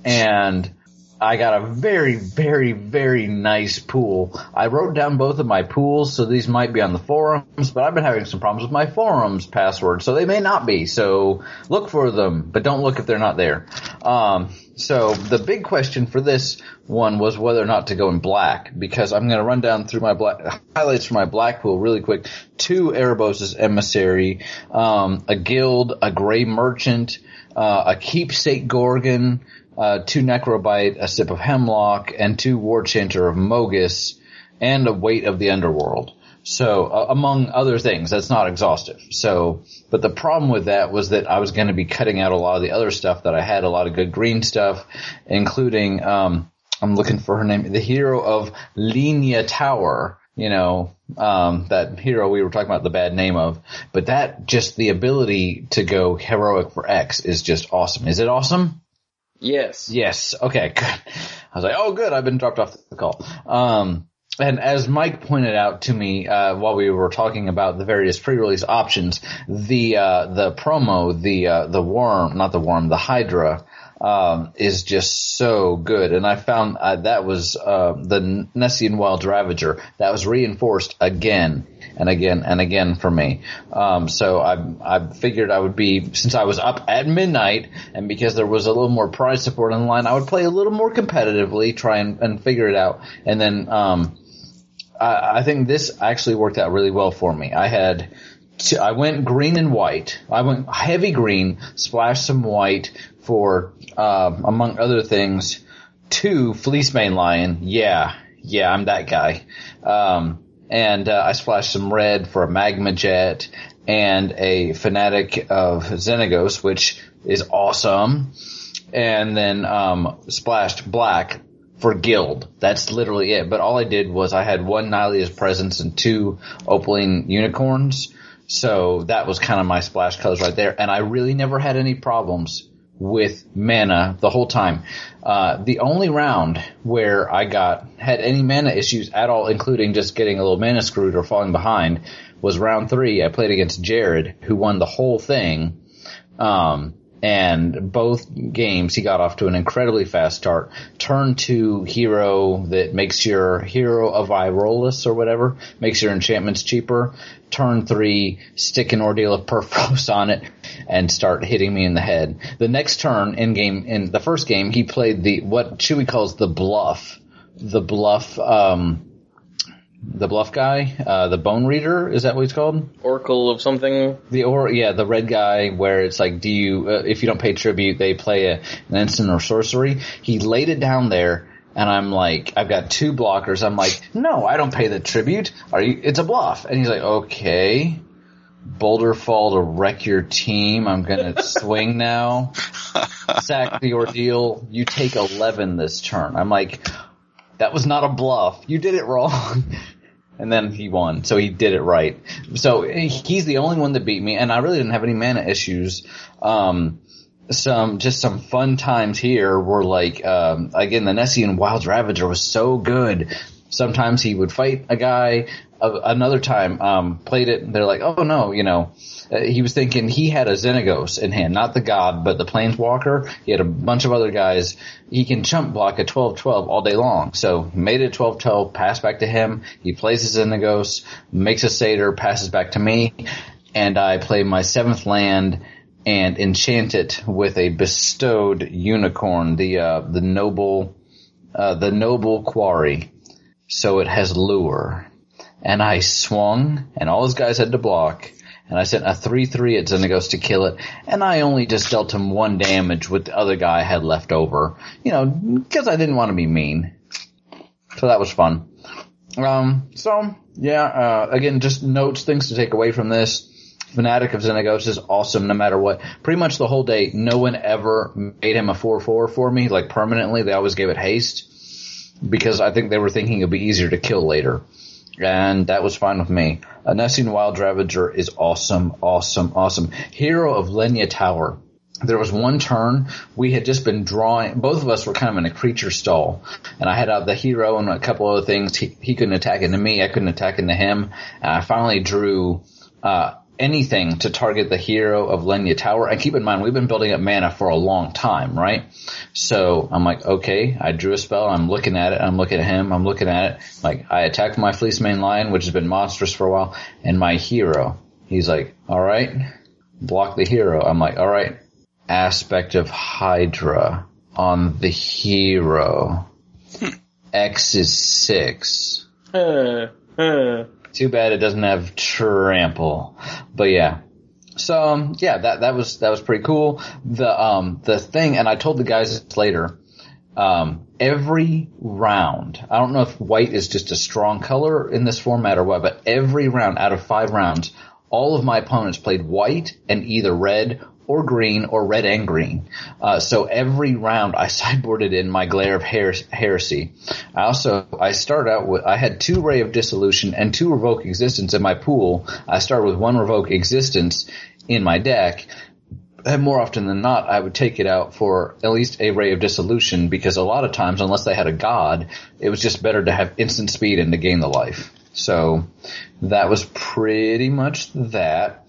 and I got a very, very, very nice pool. I wrote down both of my pools, so these might be on the forums, but I've been having some problems with my forums password, so they may not be. So look for them, but don't look if they're not there. Um, so the big question for this one was whether or not to go in black, because I'm going to run down through my black highlights for my black pool really quick. Two Erebos' emissary, um, a guild, a gray merchant, uh, a keepsake gorgon, uh, two necrobite, a sip of hemlock, and two war chanter of Mogus, and a weight of the underworld. So, uh, among other things, that's not exhaustive. So, but the problem with that was that I was going to be cutting out a lot of the other stuff that I had, a lot of good green stuff, including, um, I'm looking for her name, the hero of Linia Tower, you know, um, that hero we were talking about the bad name of, but that just the ability to go heroic for X is just awesome. Is it awesome? Yes. Yes. Okay. Good. I was like, oh, good. I've been dropped off the call. Um, and as Mike pointed out to me uh, while we were talking about the various pre-release options, the uh, the promo, the uh, the worm, not the worm, the Hydra, um, is just so good. And I found uh, that was uh, the Nessian Wild Ravager that was reinforced again and again and again for me. Um, so I I figured I would be since I was up at midnight and because there was a little more prize support in line, I would play a little more competitively, try and, and figure it out, and then. Um, I, I think this actually worked out really well for me. I had, t- I went green and white. I went heavy green, splashed some white for, um, among other things, two fleece main lion. Yeah, yeah, I'm that guy. Um, and uh, I splashed some red for a magma jet and a fanatic of Xenagos, which is awesome. And then um, splashed black for guild. That's literally it. But all I did was I had one Nylea's presence and two Opaline unicorns. So that was kind of my splash colors right there. And I really never had any problems with mana the whole time. Uh, the only round where I got, had any mana issues at all, including just getting a little mana screwed or falling behind, was round three. I played against Jared, who won the whole thing. Um, and both games he got off to an incredibly fast start. Turn two hero that makes your hero of Irolis or whatever makes your enchantments cheaper. Turn three, stick an ordeal of Perforos on it and start hitting me in the head. The next turn in game in the first game he played the what Chewie calls the bluff, the bluff. Um, the bluff guy, uh, the bone reader, is that what he's called? Oracle of something. The or yeah, the red guy, where it's like, do you uh, if you don't pay tribute, they play a, an instant or sorcery. He laid it down there, and I'm like, I've got two blockers. I'm like, no, I don't pay the tribute. Are you? It's a bluff. And he's like, okay, boulder fall to wreck your team. I'm gonna swing now. Sack the ordeal. You take eleven this turn. I'm like. That was not a bluff. You did it wrong. (laughs) and then he won. So he did it right. So eh, he's the only one that beat me, and I really didn't have any mana issues. Um, some just some fun times here were like um, again the Nessian Wild Ravager was so good. Sometimes he would fight a guy. Uh, another time, um, played it. And they're like, oh no, you know, uh, he was thinking he had a Xenagos in hand, not the god, but the Planeswalker. He had a bunch of other guys. He can chump block a 12-12 all day long. So made it 12-12, passed back to him. He plays his Xenagos, makes a Satyr, passes back to me, and I play my seventh land and enchant it with a bestowed unicorn, the uh, the noble, uh, the noble quarry. So it has lure. And I swung, and all his guys had to block and I sent a 3-3 at Xenagos to kill it, and I only just dealt him one damage with the other guy I had left over. You know, because I didn't want to be mean. So that was fun. Um, so, yeah, uh, again, just notes, things to take away from this. Fanatic of Xenagos is awesome no matter what. Pretty much the whole day, no one ever made him a 4-4 for me, like permanently. They always gave it haste. Because I think they were thinking it'd be easier to kill later and that was fine with me. A Nessian Wild Ravager is awesome, awesome, awesome. Hero of Lenya Tower. There was one turn we had just been drawing. Both of us were kind of in a creature stall, and I had out the hero and a couple other things. He, he couldn't attack into me. I couldn't attack into him. And I finally drew uh, anything to target the hero of Lenya Tower. And keep in mind, we've been building up mana for a long time, right? So I'm like, okay, I drew a spell. I'm looking at it. I'm looking at him. I'm looking at it. Like I attacked my fleece main lion, which has been monstrous for a while, and my hero. He's like, all right, block the hero. I'm like, all right, aspect of Hydra on the hero. X is six. Too bad it doesn't have trample. But yeah. So um, yeah, that that was that was pretty cool. The um the thing, and I told the guys this later. Um, every round, I don't know if white is just a strong color in this format or what, but every round out of five rounds, all of my opponents played white and either red or green or red and green. Uh, so every round I (laughs) sideboarded in my glare of her- heresy. I also, I started out with, I had two ray of dissolution and two revoke existence in my pool. I started with one revoke existence in my deck. And more often than not, I would take it out for at least a ray of dissolution because a lot of times, unless they had a god, it was just better to have instant speed and to gain the life. So that was pretty much that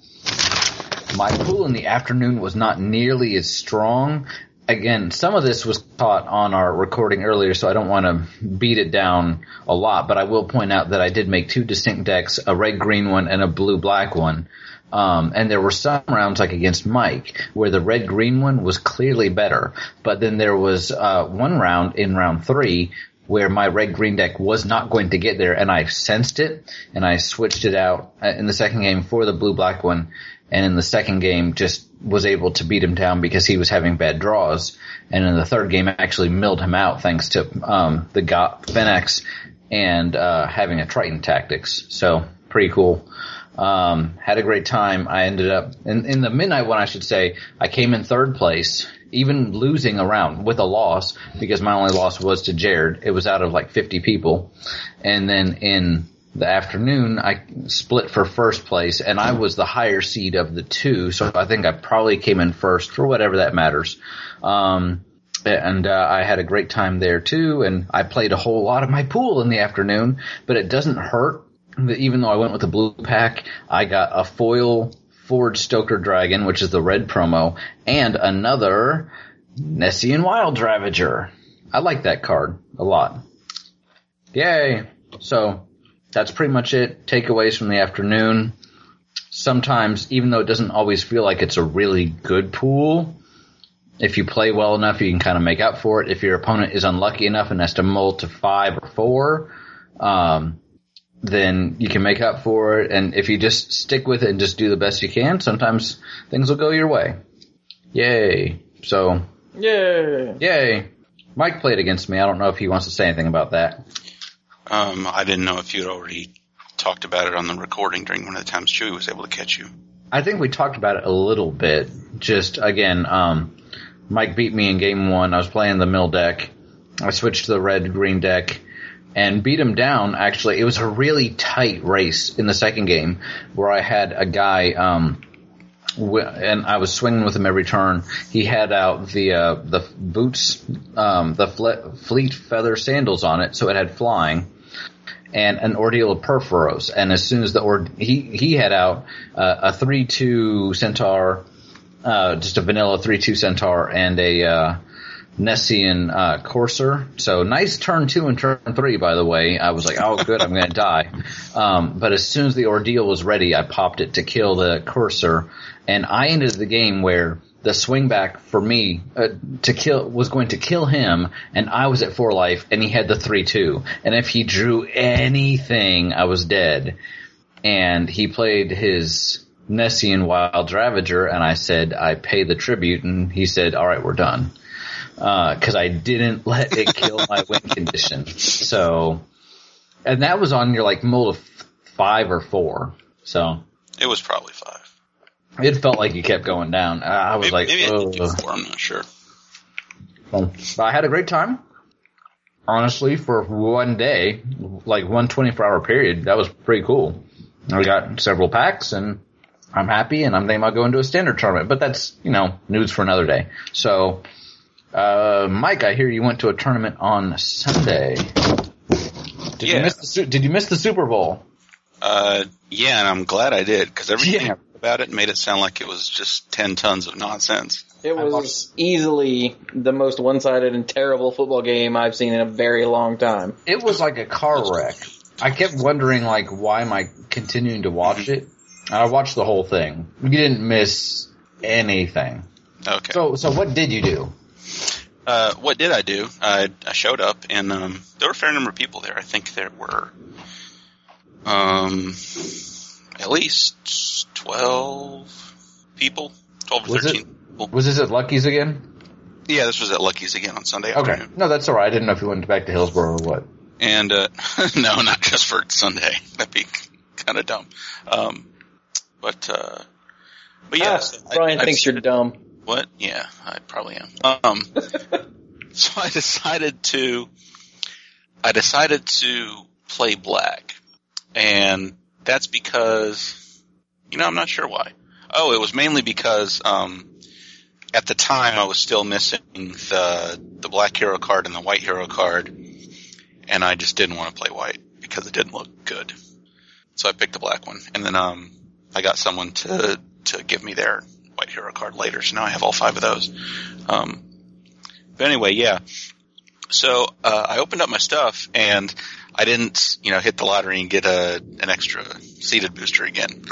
my pool in the afternoon was not nearly as strong. Again, some of this was taught on our recording earlier, so I don't want to beat it down a lot, but I will point out that I did make two distinct decks, a red green one and a blue black one. Um, and there were some rounds like against Mike where the red green one was clearly better, but then there was uh, one round in round three where my red green deck was not going to get there, and I sensed it, and I switched it out uh, in the second game for the blue black one, and in the second game just was able to beat him down because he was having bad draws, and in the third game I actually milled him out thanks to um, the got Fenix and uh, having a Triton tactics. So pretty cool. Um, had a great time. I ended up in, in the midnight one, I should say. I came in third place, even losing a round with a loss because my only loss was to Jared. It was out of like 50 people, and then in the afternoon, I split for first place, and I was the higher seed of the two, so I think I probably came in first for whatever that matters. Um, and uh, I had a great time there too, and I played a whole lot of my pool in the afternoon, but it doesn't hurt. that Even though I went with the blue pack, I got a foil Ford Stoker Dragon, which is the red promo, and another Nessian Wild Ravager. I like that card a lot. Yay! So that's pretty much it. Takeaways from the afternoon. Sometimes, even though it doesn't always feel like it's a really good pool, if you play well enough, you can kind of make up for it. If your opponent is unlucky enough and has to mull to five or four, um, then you can make up for it. And if you just stick with it and just do the best you can, sometimes things will go your way. Yay. So, Yay. yay. Mike played against me. I don't know if he wants to say anything about that. Um, I didn't know if you had already talked about it on the recording during one of the times Chewy was able to catch you. I think we talked about it a little bit. Just again, um, Mike beat me in game one. I was playing the mill deck. I switched to the red green deck and beat him down. Actually, it was a really tight race in the second game where I had a guy, um, wi- and I was swinging with him every turn. He had out the uh, the boots, um, the fle- fleet feather sandals on it, so it had flying and an ordeal of perforos. And as soon as the or he he had out uh, a three two centaur, uh, just a vanilla three two centaur and a uh, Nessian uh, courser. So nice turn two and turn three. By the way, I was like, oh good, I'm going to die. (laughs) Um, but as soon as the ordeal was ready, I popped it to kill the courser, and I ended the game where. The swing back for me uh, to kill was going to kill him, and I was at four life, and he had the three two. And if he drew anything, I was dead. And he played his Nessian Wild Ravager, and I said, "I pay the tribute," and he said, "All right, we're done," because I didn't (laughs) let it kill my win condition. So, and that was on your like mold of f- five or four. So It was probably five. it felt like you kept going down. I I was like, Maybe I did "Ugh." four. I'm not sure. Well, I had a great time. Honestly, for one day, like one 24 hour period, that was pretty cool. I got several packs and I'm happy and I'm thinking about going to a standard tournament, but that's, you know, news for another day. So, uh, Mike, I hear you went to a tournament on Sunday. Did you miss the, Su- did you miss the Super Bowl? Uh, yeah, and I'm glad I did because everything about it made it sound like it was just ten tons of nonsense. It was easily the most one-sided and terrible football game I've seen in a very long time. It was like a car wreck. I kept wondering, like, why am I continuing to watch it? And I watched the whole thing. You didn't miss anything. Okay. So, so what did you do? Uh, what did I do? I, I showed up, and um, there were a fair number of people there. I think there were um, at least twelve people, twelve or Was thirteen. it was this at Lucky's again? Yeah, this was at Lucky's again on Sunday Okay. afternoon. No, that's all right. I didn't know if you went back to Hillsborough or what. And uh, (laughs) no, not just for Sunday. (laughs) That'd be kind of dumb. Um, but uh, but yeah, so I- Ah, Brian I thinks you're dumb. What? Yeah, I probably am. Um, (laughs) so I decided to, I decided to play black, and that's because, you know, I'm not sure why. Oh, it was mainly because, um, at the time I was still missing the the black hero card and the white hero card, and I just didn't want to play white because it didn't look good. So I picked the black one, and then um, I got someone to to give me their white hero card later. So now I have all five of those. Um, but anyway, yeah. So uh, I opened up my stuff and I didn't, you know, hit the lottery and get a an extra seated booster again. (laughs)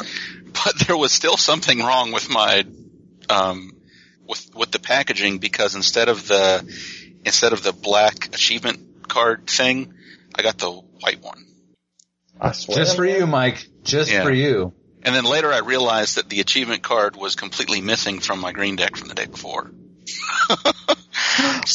But there was still something wrong with my um, with with the packaging because instead of the instead of the black achievement card thing, I got the white one. I swear. Just for you, Mike. Just Yeah. for you. And then later I realized that the achievement card was completely missing from my green deck from the day before.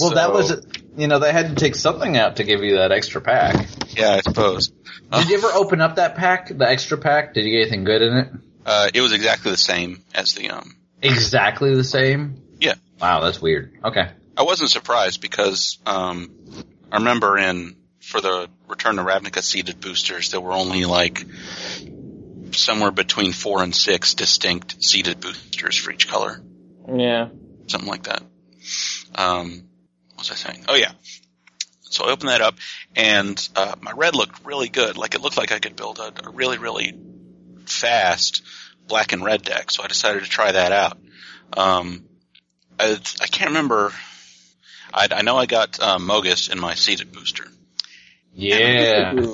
Well, that was, you know, they had to take something out to give you that extra pack. Yeah, I suppose. Did you ever open up that pack, the extra pack? Did you get anything good in it? Uh, it was exactly the same as the um. Exactly the same? Yeah. Wow, that's weird. Okay. I wasn't surprised because um, I remember in for the Return to Ravnica seeded boosters there were only like somewhere between four and six distinct seeded boosters for each color. Yeah. something like that. Um, what was I saying? Oh yeah. So I opened that up, and uh, my red looked really good. Like it looked like I could build a, a really, really fast black and red deck, so I decided to try that out. Um, I, I can't remember. I, I know I got uh, Mogus in my seated booster. Yeah. (laughs)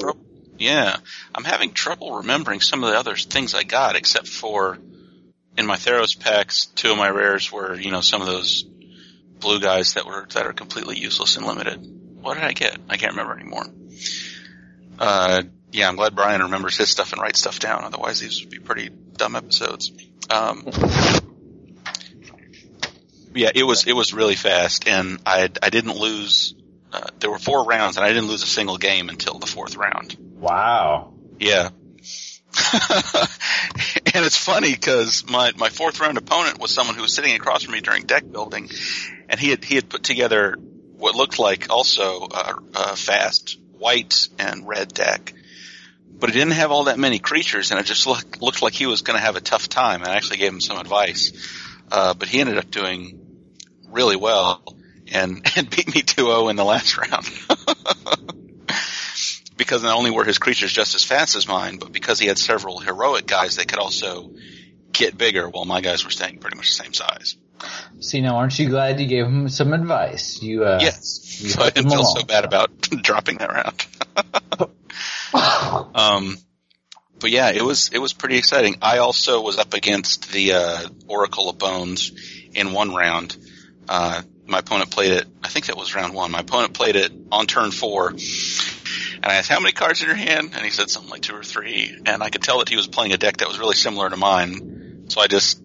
Yeah, I'm having trouble remembering some of the other things I got, except for in my Theros packs, two of my rares were you know some of those blue guys that were that are completely useless and limited. What did I get? I can't remember anymore. Uh, yeah, I'm glad Brian remembers his stuff and writes stuff down. Otherwise, these would be pretty dumb episodes. Um, yeah, it was it was really fast, and I I didn't lose. Uh, there were four rounds, and I didn't lose a single game until the fourth round. Wow. Yeah. (laughs) and it's funny because my, my fourth round opponent was someone who was sitting across from me during deck building, and he had he had put together what looked like also a, a fast white and red deck, but it didn't have all that many creatures, and it just looked looked like he was going to have a tough time. And I actually gave him some advice, uh, but he ended up doing really well and (laughs) and beat me 2-0 in the last round. (laughs) because not only were his creatures just as fast as mine, but because he had several heroic guys that could also get bigger while my guys were staying pretty much the same size. See now, aren't you glad you gave him some advice? You uh, Yes. you So (laughs) I helped didn't him feel along. so bad about (laughs) dropping that round. um, but yeah, it was it was pretty exciting. I also was up against the uh, Oracle of Bones in one round. Uh, my opponent played it. I think that was round one. My opponent played it on turn four, and I asked how many cards in your hand, and he said something like two or three. And I could tell that he was playing a deck that was really similar to mine, so I just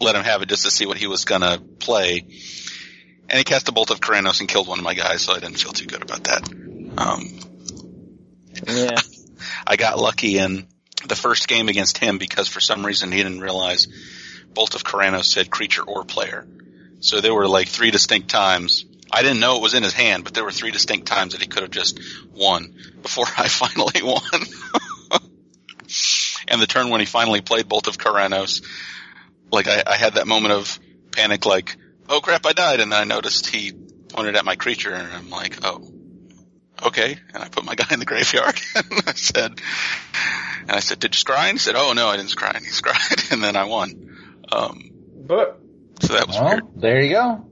let him have it just to see what he was gonna play. And he cast a bolt of Karanos and killed one of my guys, so I didn't feel too good about that. Um, yeah. I got lucky in the first game against him because for some reason he didn't realize Bolt of Karanos said creature or player. So there were like three distinct times. I didn't know it was in his hand, but there were three distinct times that he could have just won before (laughs) I finally won. (laughs) and the turn when he finally played Bolt of Karanos, like I, I had that moment of panic, like, oh crap, I died. And then I noticed he pointed at my creature and I'm like, oh, okay. And I put my guy in the graveyard (laughs) and I said, and I said, did you scry? And he said, oh no, I didn't scry. And he (laughs) scried and then I won. Um, But so that was Well, weird. there you go.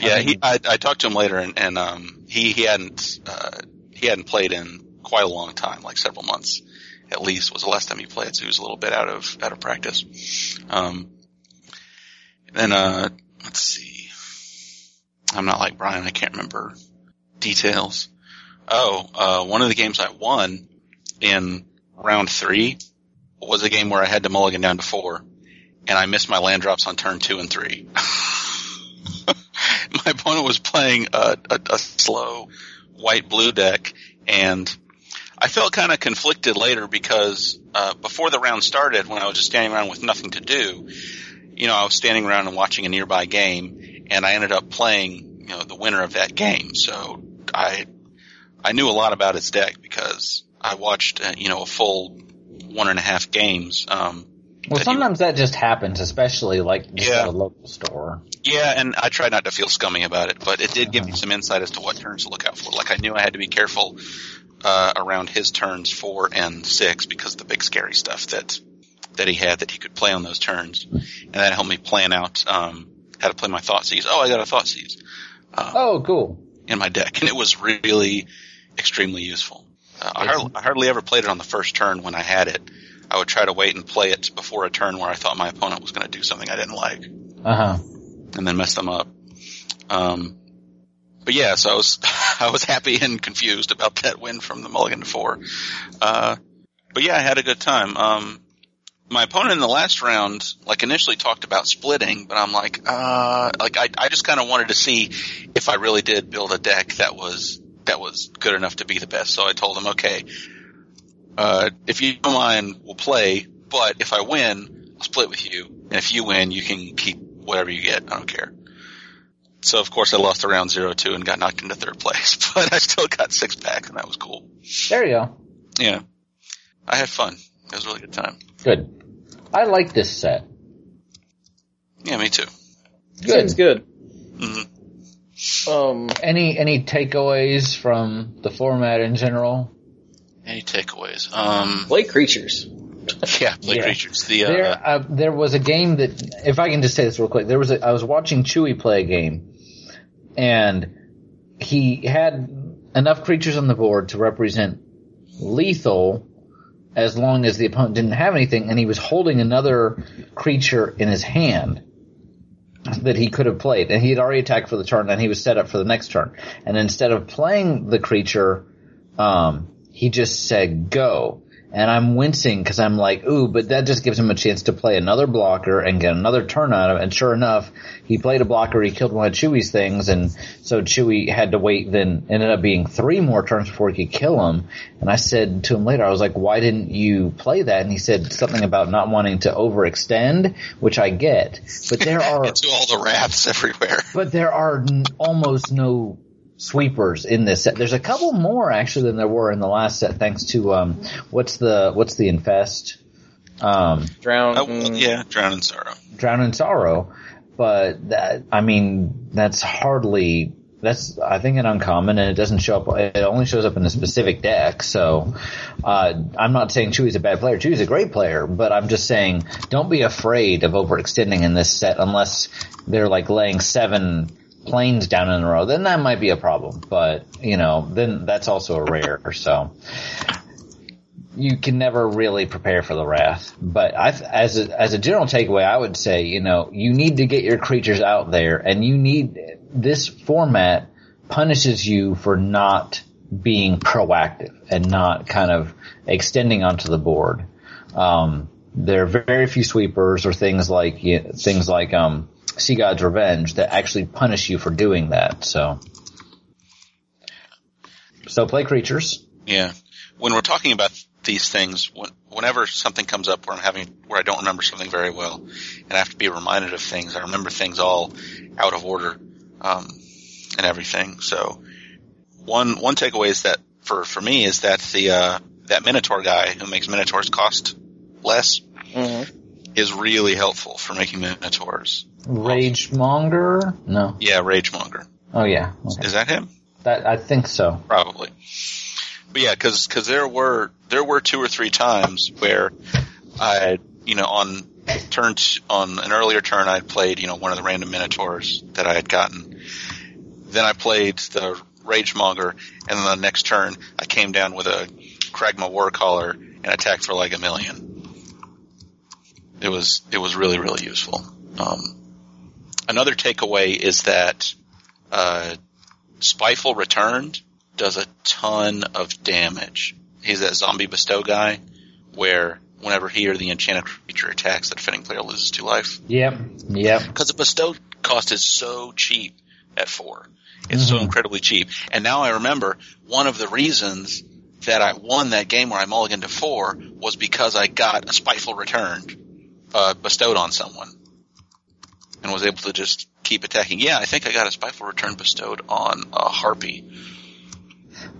Yeah, he, I, I talked to him later and, and, um, he, he hadn't, uh, he hadn't played in quite a long time, like several months at least was the last time he played. So he was a little bit out of, out of practice. Um, then, uh, let's see. I'm not like Brian. I can't remember details. Oh, uh, one of the games I won in round three was a game where I had to mulligan down to four and I missed my land drops on turn two and three. (laughs) my opponent was playing a, a, a slow white blue deck, and I felt kind of conflicted later because uh, before the round started, when I was just standing around with nothing to do, you know, I was standing around and watching a nearby game, and I ended up playing, you know, the winner of that game. So I I knew a lot about his deck because I watched, uh, you know, a full one and a half games. Um, Well, sometimes that just happens, especially like just Yeah. at a local store. Uh-huh. Yeah, and I tried not to feel scummy about it, but it did give me some insight as to what turns to look out for. Like I knew I had to be careful uh, around his turns four and six because of the big scary stuff that that he had that he could play on those turns, and that helped me plan out um, how to play my thought seize. Oh, I got a thought seize Oh, cool. in my deck, and it was really extremely useful. Uh, I, hardly, I hardly ever played it on the first turn when I had it. I would try to wait and play it before a turn where I thought my opponent was going to do something I didn't like. Uh huh. and then mess them up. Um, but yeah, so I was (laughs) I was happy and confused about that win from the Mulligan to four. Uh, but yeah, I had a good time. Um, my opponent in the last round, like initially talked about splitting, but I'm like, uh, like I, I just kind of wanted to see if I really did build a deck that was that was good enough to be the best. So I told him, okay, uh, if you don't mind, we'll play. But if I win, I'll split with you, and if you win, you can keep whatever you get. I don't care. So of course I lost around zero two and got knocked into third place, (laughs) but I still got six pack, and that was cool. There you go. Yeah, I had fun. It was a really good time. Good. I like this set. Yeah, me too. Good. Seems good. Mm-hmm. Um, any any takeaways from the format in general? Any takeaways? Um, play creatures. Yeah, play creatures. The uh, there, uh, there was a game that, if I can just say this real quick, there was a, I was watching Chewy play a game, and he had enough creatures on the board to represent lethal as long as the opponent didn't have anything, and he was holding another creature in his hand that he could have played, and he had already attacked for the turn, and he was set up for the next turn. And instead of playing the creature, um, he just said go. And I'm wincing because I'm like, ooh, but that just gives him a chance to play another blocker and get another turn out of it. And sure enough, he played a blocker, he killed one of Chewie's things, and so Chewie had to wait then ended up being three more turns before he could kill him. And I said to him later, I was like, why didn't you play that? And he said something about not wanting to overextend, which I get. But there are to all the rats (laughs) everywhere. but there are n- almost no sweepers in this set. There's a couple more actually than there were in the last set, thanks to um, what's the what's the infest, um, Drown. Mm-hmm. yeah, drown in sorrow. drown in sorrow. But that I mean that's hardly that's I think an uncommon and it doesn't show up. It only shows up in a specific deck. So uh, I'm not saying Chewie's a bad player. Chewie's a great player, but I'm just saying don't be afraid of overextending in this set unless they're like laying seven planes down in a row, then that might be a problem. But you know, then that's also a rare. So you can never really prepare for the wrath. But I, as a, as a general takeaway, I would say you know you need to get your creatures out there, and you need this format punishes you for not being proactive and not kind of extending onto the board. Um, there are very few sweepers or things like you things like um, Sea God's Revenge that actually punish you for doing that. So, so play creatures. Yeah. When we're talking about these things, when- whenever something comes up where I'm having, where I don't remember something very well, and I have to be reminded of things, I remember things all out of order, um, and everything. So one, one takeaway is that for, for me is that the, uh, that Minotaur guy who makes Minotaurs cost less is really helpful for making Minotaurs. Rage monger? No. Yeah, Ragemonger. Oh yeah. Okay. Is that him? That I think so. probably. But yeah, because there were there were two or three times where I you know on turn t- on an earlier turn I played you know one of the random minotaurs that I had gotten. Then I played the ragemonger, and then the next turn I came down with a Kragma war collar and attacked for like a million. It was it was really really useful. Um, another takeaway is that uh, Spyful returned does a ton of damage. He's that zombie bestow guy where whenever he or the enchanted creature attacks, that defending player loses two life. Yep. Yep. Because the bestow cost is so cheap at four. It's so incredibly cheap. And now I remember one of the reasons that I won that game where I mulliganed to four was because I got a spiteful returned, uh, bestowed on someone. And was able to just keep attacking. Yeah, I think I got a spiteful return bestowed on a harpy.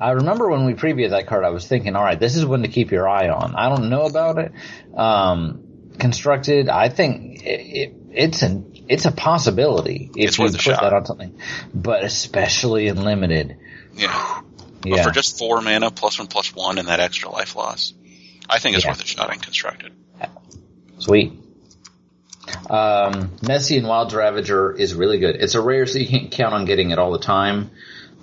I remember when we previewed that card, I was thinking, all right, this is one to keep your eye on. I don't know about it. Um, constructed, I think it, it, it's an it's a possibility if It's you worth a put shot. that on something, but especially in limited. Yeah. But Yeah. for just four mana, plus one, plus one, and that extra life loss, I think it's worth a shot in constructed. Sweet. Um, Messy and Wild Ravager is really good. It's a rare, so you can't count on getting it all the time.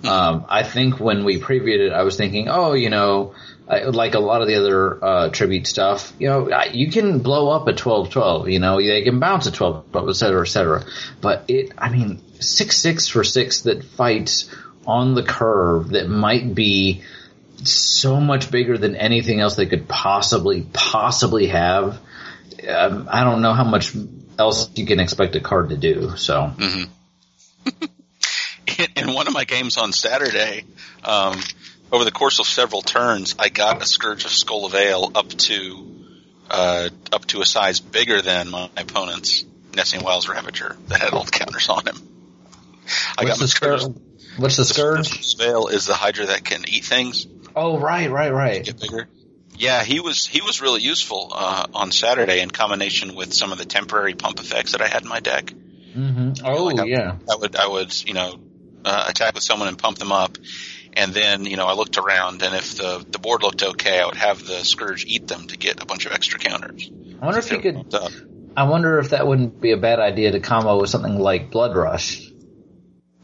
Um, I think when we previewed it, I was thinking, oh, you know, I, like a lot of the other uh, tribute stuff, you know, I- you can blow up a 12-12, you know, they can bounce a 12, et cetera, et cetera. But it, I mean, 6-6 for 6 that fights on the curve that might be so much bigger than anything else they could possibly, possibly have um, I don't know how much else you can expect a card to do. So Mm. (laughs) In one of my games on Saturday, um, over the course of several turns, I got a Scourge of Skull of Ale up to uh, up to a size bigger than my opponent's Nessing Wiles Ravager that had all the counters on him. I got what's my the Scourge scourge? What's the scourge? of Veil is the Hydra that can eat things. Oh, right, right, right. get bigger. Yeah, he was he was really useful uh, on Saturday in combination with some of the temporary pump effects that I had in my deck. hmm Oh, yeah. I would I would you know uh, attack with someone and pump them up, And then, you know, I looked around, and if the, the board looked okay, I would have the Scourge eat them to get a bunch of extra counters. uh, I wonder if you could. I wonder if that wouldn't be a bad idea to combo with something like Blood Rush.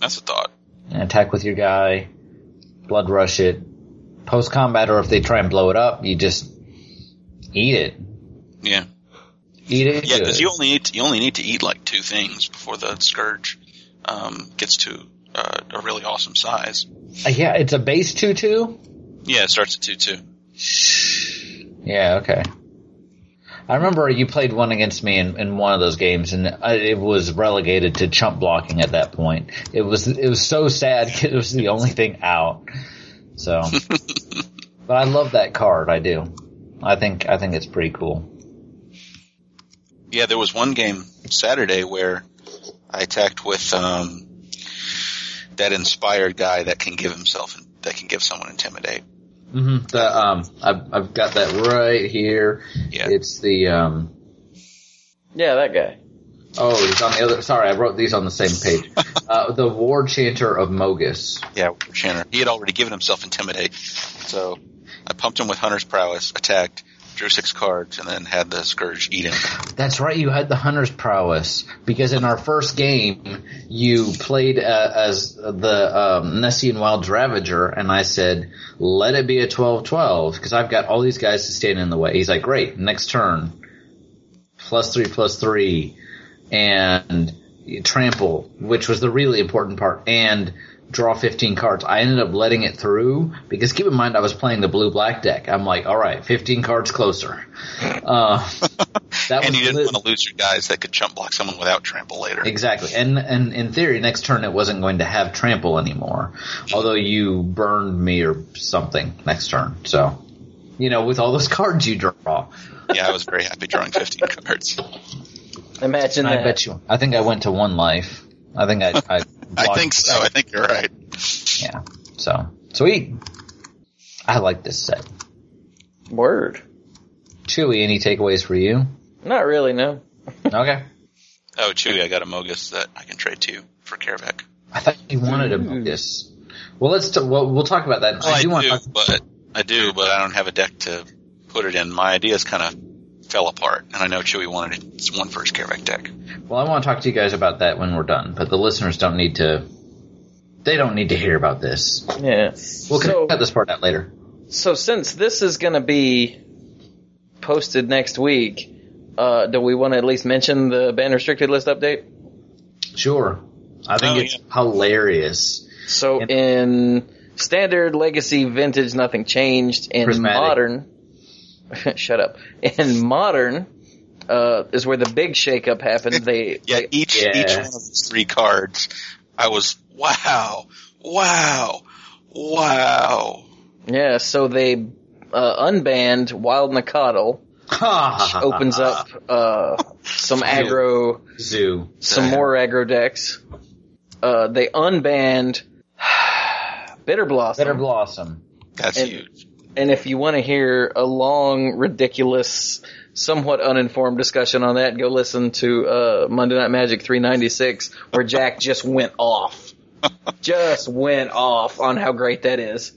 That's a thought. And attack with your guy, Blood Rush it, post combat, or if they try and blow it up, you just eat it. Yeah. Eat it. Yeah, good. because you only need to, you only need to eat like two things before the scourge um, gets to uh, a really awesome size. Uh, yeah, it's a base 2 2. Yeah, it starts at two two. Yeah, okay. I remember you played one against me in, in one of those games, and I, it was relegated to chump blocking at that point. It was it was so sad (laughs) 'cause it was the only thing out. So, but I love that card. I do. I think I think it's pretty cool. Yeah, there was one game Saturday where I attacked with um, that inspired guy that can give himself that can give someone intimidate. Mm-hmm. The um, I've I've got that right here. Yeah. It's the um. Yeah, that guy. Oh, it's on the other. Sorry, I wrote these on the same page. uh, the War Chanter of Mogus. Yeah, Channer. He had already given himself intimidate, so I pumped him with hunter's prowess, attacked, drew six cards, and then had the scourge eat him. That's right. You had the hunter's prowess because in our first game you played uh, as the um, Nessian Wild Ravager, and I said, "Let it be a 12-12 because I've got all these guys to stand in the way." He's like, "Great, next turn, plus three, plus three, and trample, which was the really important part, and." Draw 15 cards. I ended up letting it through because keep in mind I was playing the blue black deck. I'm like, all right, 15 cards closer. Uh, (laughs) that and was you didn't li- want to lose your guys that could chump block someone without trample later. Exactly, and and in theory, next turn it wasn't going to have trample anymore. Although you burned me or something next turn, so you know with all those (laughs) cards you draw. yeah, I was very happy drawing 15 (laughs) cards. Imagine I that. bet you. I think I went to one life. I think I. I, (laughs) I think so. I think you're right. Yeah. So sweet. I like this set. Word. Chewy, any takeaways for you? Not really, no. Okay. Oh, Chewy, I got a Mogus that I can trade to you for Kervac. I thought you wanted a Mogus. Well, let's t- well, we'll talk about that. Well, Oh, I, do want do, but I do, but I don't have a deck to put it in. My ideas kind of fell apart, and I know Chewy wanted it- one for his Kervac deck. Well, I want to talk to you guys about that when we're done, but the listeners don't need to. They don't need to hear about this. Yeah. We'll So- cut this part out later. So since this is going to be posted next week, uh, do we want to at least mention the ban restricted list update? Sure. I Oh, think it's hilarious. So in standard, legacy, vintage, nothing changed. In Prismatic. modern, (laughs) shut up. In modern, uh, is where the big shakeup happened. (laughs) They Yeah, each each one of these three cards, I was wow, wow, wow. Yeah, so they uh, unbanned Wild Nacatl, which opens Ah. up uh, some aggro, Zoo. some more aggro decks. Uh, they unbanned (sighs) Bitter Blossom. Bitter Blossom. That's and, huge. And if you want to hear a long, ridiculous, somewhat uninformed discussion on that, go listen to uh, Monday Night Magic 396, where Jack just went off. just went off on how great that is.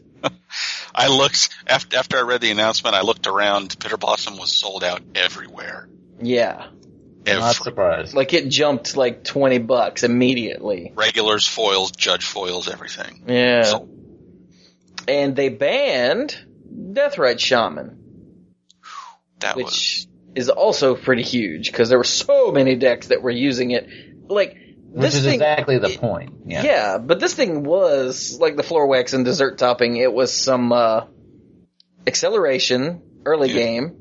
I looked after after I read the announcement. I looked around. Bitter Blossom was sold out everywhere. Yeah. Not surprised. Like it jumped like 20 bucks immediately. Regulars, foils, judge foils, everything. Yeah. So- And they banned Deathrite Shaman. That which is also pretty huge because there were so many decks that were using it. Like Which this is thing exactly the point. Yeah. but this thing was like the floor wax and dessert topping. It was some uh, acceleration early game.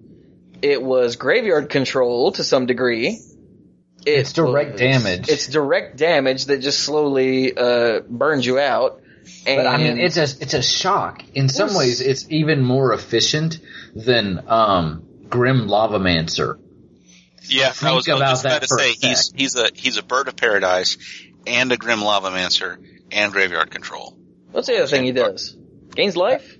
It was graveyard control to some degree. It's direct was- damage. It's direct damage that just slowly uh, burns you out. And But I mean, it's a it's a shock. In some Yes. ways, it's even more efficient than um, Grim Lavamancer. Yeah, I was, I about was just that about to for say a he's he's a he's a bird of paradise and a grim lavamancer and graveyard control. What's the other thing he does? Gains life,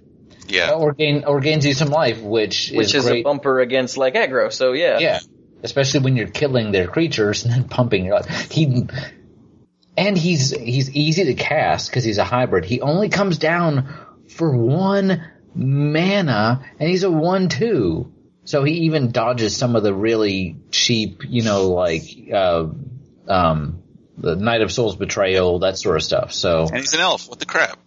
Yeah, or gain or gains you some life, which which is, great, a bumper against like aggro. So yeah, yeah, especially when you're killing their creatures and then pumping your life. He and he's he's easy to cast because he's a hybrid. He only comes down for one mana, and he's a one-two. So he even dodges some of the really cheap, you know, like uh, um, the Knight of Souls betrayal, that sort of stuff. So And he's an elf. What the crap?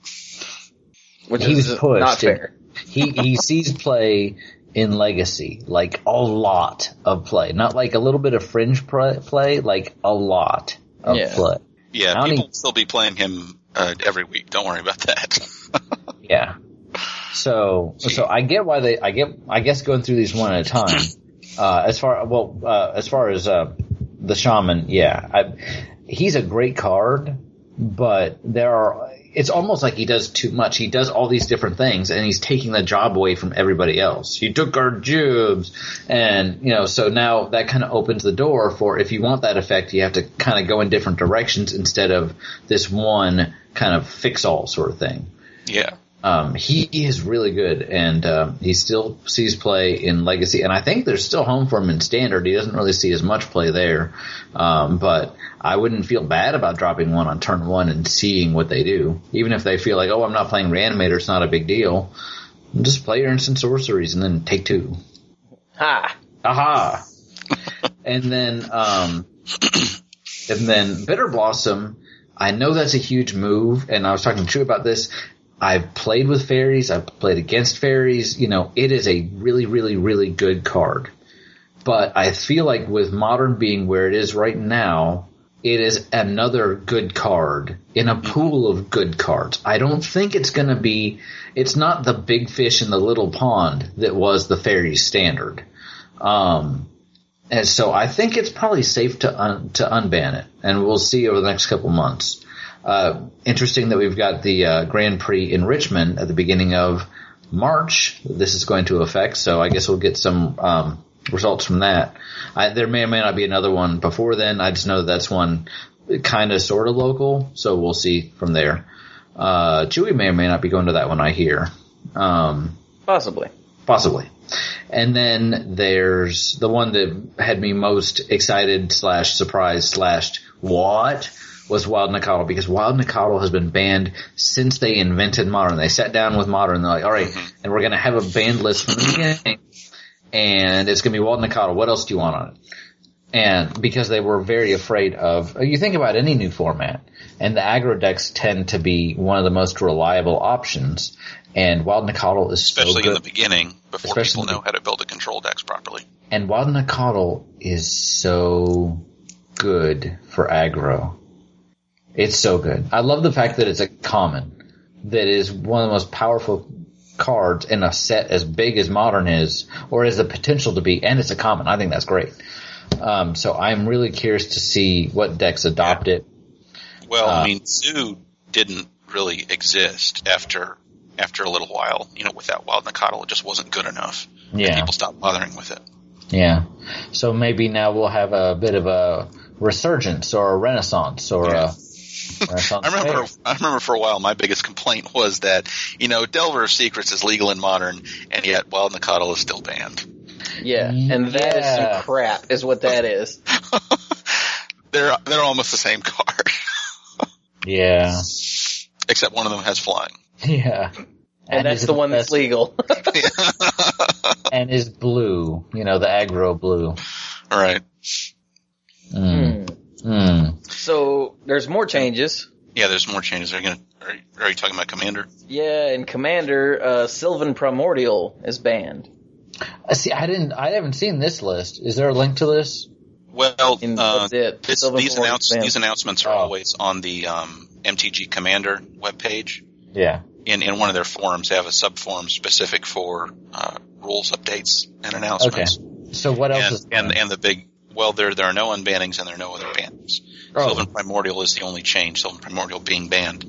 Which he was pushed. and (laughs) he he sees play in Legacy, like a lot of play, not like a little bit of fringe pr- play, like a lot of Yeah. play. Yeah, I don't people will still be playing him uh, every week. Don't worry about that. Yeah. So so I get why they I get I guess going through these one at a time. Uh, as far well uh, as far as uh, the shaman, yeah, I, he's a great card, but there are it's almost like he does too much. He does all these different things, and he's taking the job away from everybody else. He took our jubes, and you know, so now that kind of opens the door for if you want that effect, you have to kind of go in different directions instead of this one kind of fix all sort of thing. Yeah. Um, he is really good, and uh, he still sees play in Legacy, and I think there's still home for him in Standard. He doesn't really see as much play there, um, but I wouldn't feel bad about dropping one on turn one and seeing what they do, even if they feel like, oh, I'm not playing Reanimator, it's not a big deal. Just play your instant sorceries and then take two. Ha! Aha! and then, um, and then Bitter Blossom. I know that's a huge move, and I was talking to Chew about this. I've played with fairies. I've played against fairies. You know, it is a really, really, really good card. But I feel like with modern being where it is right now, it is another good card in a pool of good cards. I don't think it's going to be, it's not the big fish in the little pond that was the fairies standard. Um, and so I think it's probably safe to un- to unban it, and we'll see over the next couple months. Uh, interesting that we've got the uh, Grand Prix in Richmond at the beginning of March. This is going to affect, so I guess we'll get some um, results from that. I, there may or may not be another one before then. I just know that's one kind of sort of local, so we'll see from there. Uh, Chewy may or may not be going to that one. I hear. Um, Possibly. Possibly. And then there's the one that had me most excited slash surprised slash what was Wild Nakatl because Wild Nakatl has been banned since they invented Modern. They sat down with Modern and they're like, all right, Mm-hmm. and we're going to have a banned list from the beginning and it's going to be Wild Nakatl. What else do you want on it? and because they were very afraid of you think about any new format and the aggro decks tend to be one of the most reliable options and wild Nicodle is Especially so in good the beginning, before Especially people know how to build a control decks properly. and wild Nicodle is so good for aggro it's so good i love the fact that it's a common that is one of the most powerful cards in a set as big as modern is or has the potential to be and it's a common i think that's great um, so i'm really curious to see what decks adopt it Well, Uh, I mean, Zoo didn't really exist after after a little while. You know, without Wild Nakatl, it just wasn't good enough. yeah People stopped bothering with it. Yeah. So maybe now we'll have a bit of a resurgence or a renaissance or a (laughs) renaissance. I remember, I remember for a while, my biggest complaint was that you know, Delver of Secrets is legal in modern, and yet Wild Nakatl is still banned. Yeah, and that is Yeah. some crap, is what that is. They're they're almost the same (laughs) card, Yeah. (laughs) except one of them has flying. Yeah. And, that's the one that's legal. (laughs) and is blue, you know, the aggro blue. All right. Mm. Mm. So there's more changes. Yeah, there's more changes. Are you gonna? Are you, are you talking about Commander? Yeah, and Commander uh, Sylvan Primordial is banned. I see. I didn't. I haven't seen this list. Is there a link to this? Well, uh, that's it. this- Silver Oh. these, Forge announce, banned. these announcements are always on the um, MTG Commander webpage. Yeah. In, in one of their forums, they have a subforum specific for uh, rules updates and Okay. announcements. So what else is? And, and and the big well, there there are no unbannings and there are no other bans. Oh. Sylvan Primordial is the only change. Sylvan Primordial being banned.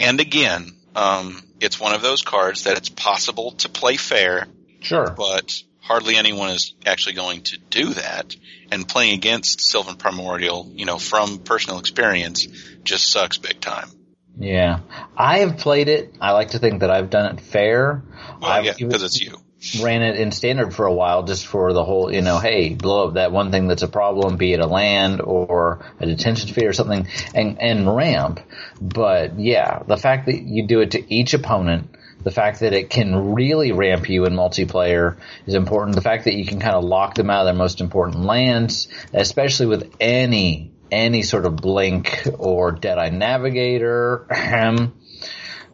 And again, um, it's one of those cards that it's possible to play fair, Sure. but hardly anyone is actually going to do that. And playing against Sylvan Primordial, you know, from personal experience, just sucks big time. Yeah, I have played it. I like to think that I've done it fair. I've because it's you. Ran it in standard for a while, just for the whole, you know, hey, blow up that one thing that's a problem, be it a land or a detention fee or something, and and ramp. But yeah, the fact that you do it to each opponent, the fact that it can really ramp you in multiplayer is important. The fact that you can kind of lock them out of their most important lands, especially with any any sort of blink or Deadeye Navigator. (clears throat) um,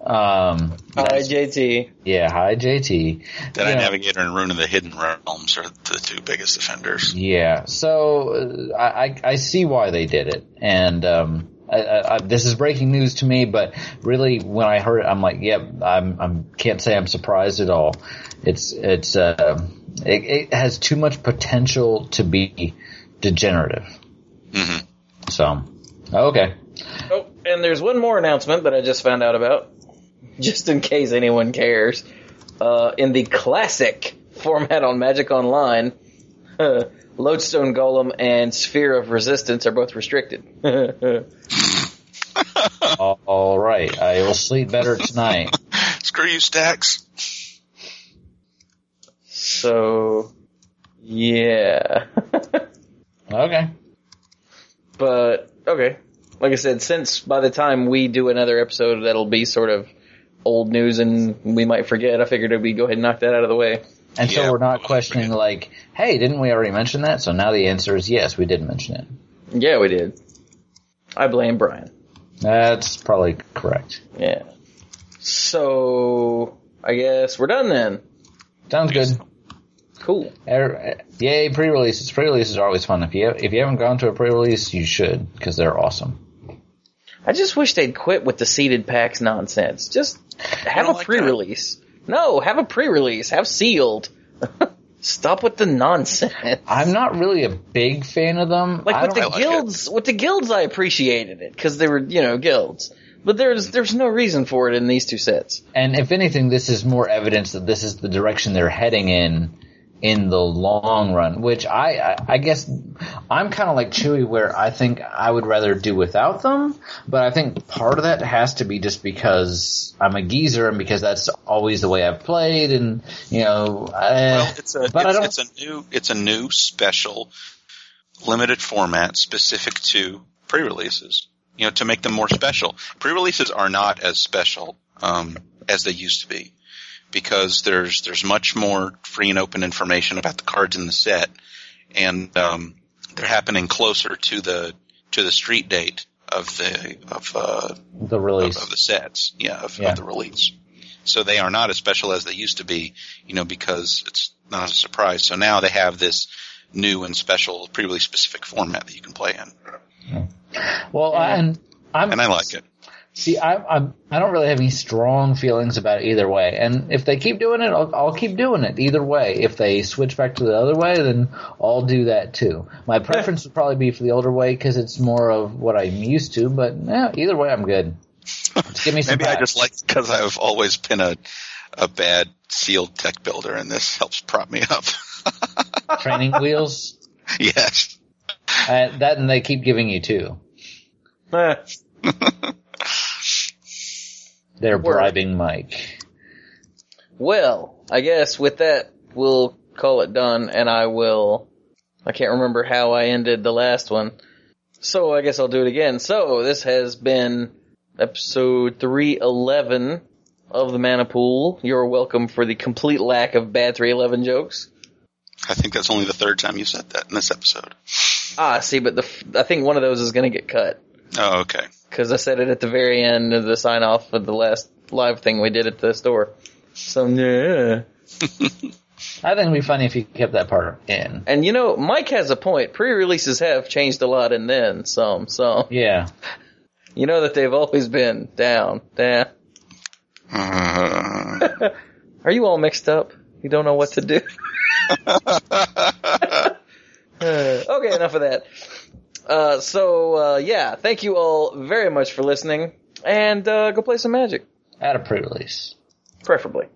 Hi, that's- JT. yeah, hi JT. Dead You Eye know, Navigator and Rune of the Hidden Realms are the two biggest offenders. Yeah, so uh, I, I I see why they did it, and um, I, I, I, this is breaking news to me. But really, when I heard it, I'm like, yep, I'm I'm can't say I'm surprised at all. It's it's uh, it, it has too much potential to be degenerative. So okay, Oh, and there's one more announcement that I just found out about, (laughs) just in case anyone cares. Uh, in the classic format on Magic Online, (laughs) uh, Lodestone Golem and Sphere of Resistance are both restricted. all, all right, I will sleep better tonight. (laughs) Screw you, Stacks. So, yeah. (laughs) okay. But, okay. Like I said, since by the time we do another episode, that'll be sort of old news and we might forget, I figured we'd go ahead and knock that out of the way. And so we're not questioning like, hey, didn't we already mention that? So now the answer is yes, we did mention it. Yeah, we did. I blame Brian. That's probably correct. Yeah. So, I guess we're done then. Sounds good. Cool. Er- Yay, pre-releases. Pre-releases are always fun. If you if you haven't gone to a pre-release, you should because they're awesome. I just wish they'd quit with the seeded packs nonsense. Just have a pre-release. No, have a pre-release. Have sealed. (laughs) Stop with the nonsense. I'm not really a big fan of them. Like I with the don't- I like guilds, with the guilds, I appreciated it because they were, you know, guilds. But there's there's no reason for it in these two sets. And if anything, this is more evidence that this is the direction they're heading in in the long run. Which I I, I guess I'm kind of like Chewy, where I think I would rather do without them. But I think part of that has to be just because I'm a geezer and because that's always the way I've played. And you know, well, it's a, but I it's, don't it's a new it's a new special limited format specific to pre-releases. You know, to make them more special. Pre-releases are not as special um, as they used to be because there's there's much more free and open information about the cards in the set, and um, they're happening closer to the to the street date of the of uh, the release. of, of the sets, yeah of, Yeah. of the release. So they are not as special as they used to be, you know, because it's not a surprise. So now they have this new and special, pre-release specific format that you can play in, Well, I, and I'm and I like it. see. I, I'm I don't really have any strong feelings about it either way. And if they keep doing it, I'll, I'll keep doing it either way. If they switch back to the other way, then I'll do that too. My preference would probably be for the older way because it's more of what I'm used to. But yeah, either way, I'm good. Just give me some. (laughs) Maybe I back. just like because I've always been a a bad sealed tech builder, and this helps prop me up. (laughs) training wheels. yes, Uh, that and they keep giving (laughs) you two. They're bribing Mike. Well, I guess with that we'll call it done, and I will. I can't remember how I ended the last one, so I guess I'll do it again. So this has been episode three eleven of the Manipool. You're welcome for the complete lack of bad three eleven jokes. I think that's only the third time you said that in this episode. Ah, I see, but the f- I think one of those is going to get cut Oh, okay. because I said it at the very end of the sign off of the last live thing we did at the store. So yeah, I think it'd be funny if you kept that part in. And you know, Mike has a point. Pre-releases have changed a lot, and then some. So yeah, you know that they've always been down, down. (laughs) Are you all mixed up? You don't know what to do. (laughs) Uh, okay, enough of that. Uh, so uh, yeah, thank you all very much for listening, and uh, go play some Magic At a pre-release, preferably.